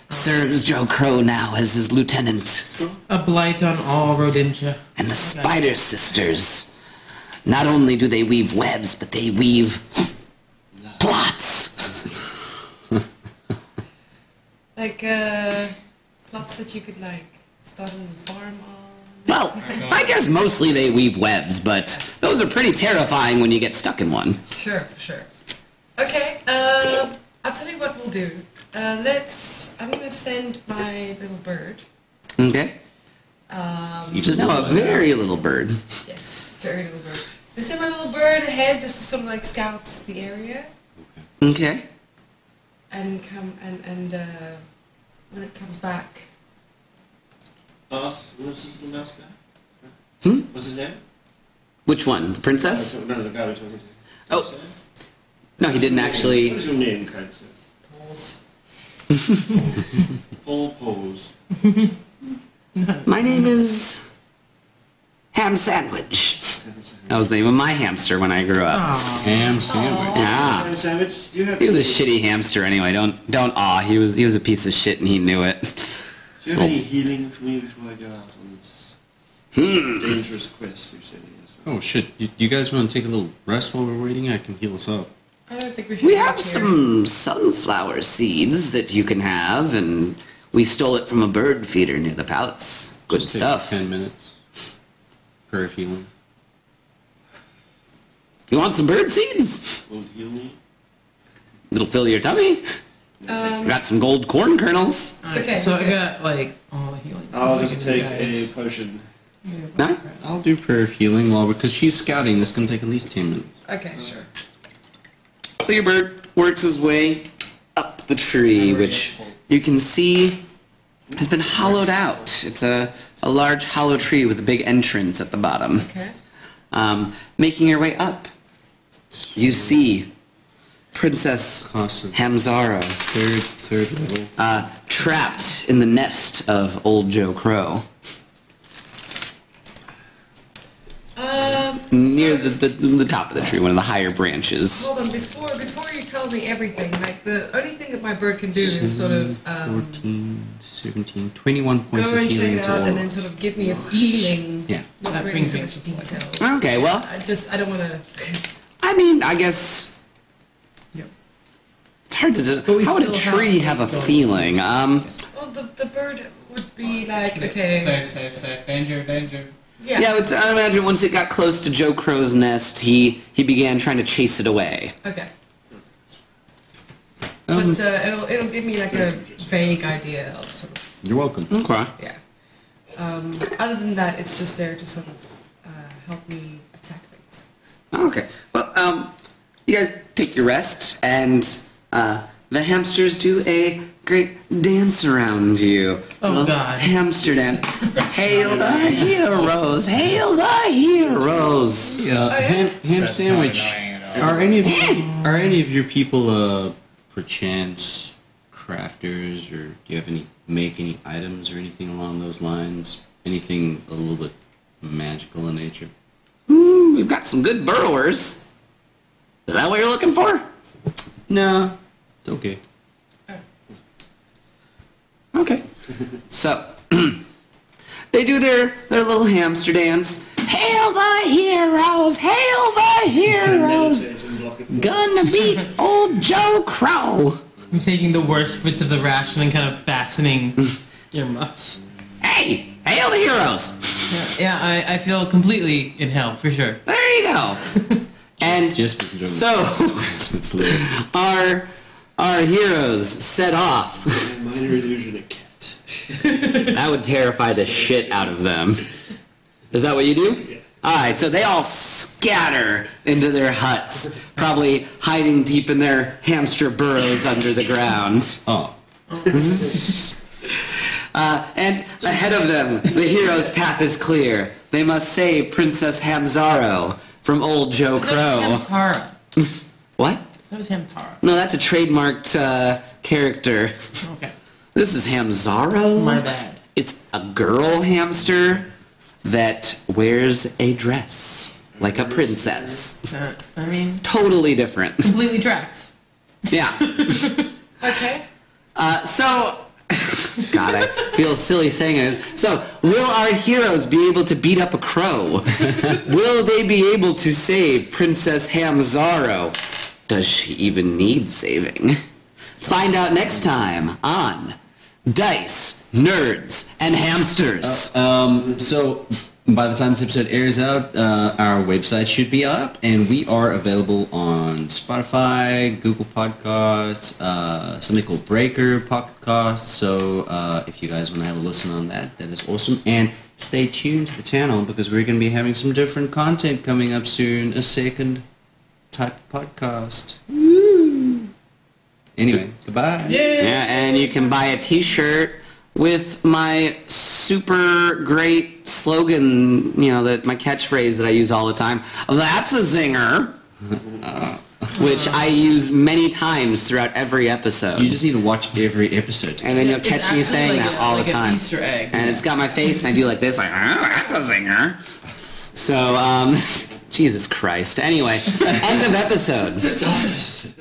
A: Serves Joe Crow now as his lieutenant,
C: A blight on all rodentia.
A: and the Spider Sisters. Not only do they weave webs, but they weave plots.
E: Like uh, plots that you could like start a little farm on.
A: Well, I guess mostly they weave webs, but those are pretty terrifying when you get stuck in one.
E: Sure, for sure. Okay, um, I'll tell you what we'll do. Uh, let's. I'm gonna send my little bird.
A: Okay? you just know a very little bird.
E: Yes, very little bird. Let's send my little bird ahead just to sort of like scout the area
A: Okay?
E: and come and and uh, when it comes back,
B: Boss, what's his little mouse guy?
A: Hmm?
B: What's his name?
A: Which one? The princess?
B: No, no, the guy we're talking to.
A: Oh. No, he didn't actually.
B: What's your name, kind sir?
E: Paul's
B: Paul Pose.
A: My name is. Ham Sandwich. That was the name of my hamster when I grew up.
F: Ham sandwich.
A: Yeah.
B: Kind Savage, do you have?
A: He was a
B: any-
A: shitty hamster anyway. Don't don't awe. He was he was a piece of shit and he knew it.
B: Do you have any healing for me before I go out on this
A: Hmm.
B: dangerous quest you're sending us? on?
F: Oh shit! You, you guys want to take a little rest while we're waiting? I can heal us up.
E: I don't think we should.
A: We
E: leave
A: have
E: here.
A: some sunflower seeds that you can have, and we stole it from a bird feeder near the palace. Good
F: Just takes
A: stuff.
F: Ten minutes. Prayer of healing.
A: You want some bird seeds?
B: Will it heal me?
A: It'll fill your tummy.
E: Um,
A: Got some gold corn kernels.
E: it's okay.
C: So
E: okay.
C: I got like all the healing.
B: I'll
C: stuff
B: just
C: I
B: take
C: can do,
B: a
C: guys.
B: potion.
A: No?
F: I'll do prayer of healing while because she's scouting. This is gonna take at least ten minutes.
A: uh,
E: Okay, sure.
A: So your bird works his way up the tree, which you can see has been hollowed out. It's a, a large hollow tree with a big entrance at the bottom.
E: Okay.
A: Um, making your way up, you see Princess
F: Cost of
A: Hamzaro
F: third third level.
A: uh, trapped in the nest of old Joe Crow.
E: Um,
A: Near the, the, the top of the tree, one of the higher branches.
E: Hold on, before before you tell me everything, like the only thing that my bird can do is sort of um,
F: 14, 17, 21
E: go
F: points of
E: and check
F: healing
E: it
F: to
E: out
F: all
E: and
F: of
E: then
F: us.
E: sort of give me a feeling.
F: Yeah.
E: Not
C: That
E: really
C: brings
E: so
C: it
E: much
C: to
E: detail.
A: Okay, well,
E: I just I don't want to.
A: I mean, I guess
C: Yep.
A: it's hard to.
C: But we
A: How would a
C: still have
A: tree
C: to
A: have a
C: go.
A: feeling? Um,
E: well, the the bird would be like okay,
D: Safe, safe, safe. Danger, danger.
E: yeah.
A: Yeah, it's, I imagine once it got close to Joe Crow's nest, he he began trying to chase it away.
E: okay.
F: Um,
E: But uh, it'll it'll give me like a vague idea of sort of
F: you're welcome.
A: Okay.
E: yeah. Um, other than that, it's just there to sort of uh, help me attack things.
A: Okay. Well, um, you guys take your rest, and uh, the hamsters do a great dance around you.
C: Oh,
A: Little
C: God.
A: Hamster dance. Hail the heroes! Hail the heroes!
F: Yeah,
E: yeah?
F: ham, ham
D: That's not
F: sandwich.
D: annoying at all.
F: Are any of you, are any of your people uh perchance crafters or do you have any make any items or anything along those lines? Anything a little bit magical in nature?
A: Hmm, We've got some good burrowers. Is that what you're looking for?
F: No. It's okay.
A: Okay. so they do their their little hamster dance. Hail the heroes! Hail the heroes!
B: Meditate and block it.
A: Gonna beat old Joe Crow.
C: I'm taking the worst bits of the ration and kind of fastening earmuffs.
A: Hey, hail the heroes!
C: Yeah, I, I feel completely in hell for sure.
A: There you go. and
F: Just as enjoying
A: so
F: it's little.
A: our our heroes set off.
B: Minor illusion, a cat.
A: that would terrify the shit out of them. Is that what you do? Alright, so they all scatter into their huts, probably hiding deep in their hamster burrows under the ground.
F: Oh.
A: Uh, and ahead of them, the hero's path is clear. They must save Princess Hamzaro from old Joe Crow.
C: That was Hamtara.
A: What?
C: That was Hamtara.
A: No, that's a trademarked uh, character.
C: Okay,
A: This is Hamzaro.
C: my bad.
A: It's a girl hamster that wears a dress like a princess.
C: Uh, I mean,
A: Totally different.
C: completely tracks.
A: Yeah.
E: Okay.
A: Uh, so, God, I feel silly saying this. So, will our heroes be able to beat up a crow? will they be able to save Princess Hamzaro? Does she even need saving? Find out next time on Dice, Nerds, and Hamsters.
F: Um, so by the time this episode airs out, uh, our website should be up, and we are available on Spotify, Google Podcasts, uh, something called Breaker Podcasts. So uh, if you guys want to have a listen on that, that is awesome. And stay tuned to the channel because we're going to be having some different content coming up soon. A second type of podcast. Woo! Anyway, goodbye.
A: Yeah, and you can buy a T-shirt with my super great slogan. You know that my catchphrase that I use all the time. That's a zinger, uh, which I use many times throughout every episode.
F: You just need to watch every episode.
A: and then you'll
C: It's
A: catch me
C: actually
A: saying
C: like
A: that
C: a-
A: all
C: like
A: the
C: an
A: time.
C: Easter egg,
A: and it's got my face, and I do like this, like oh, that's a zinger. So, um, Jesus Christ. Anyway, end of episode.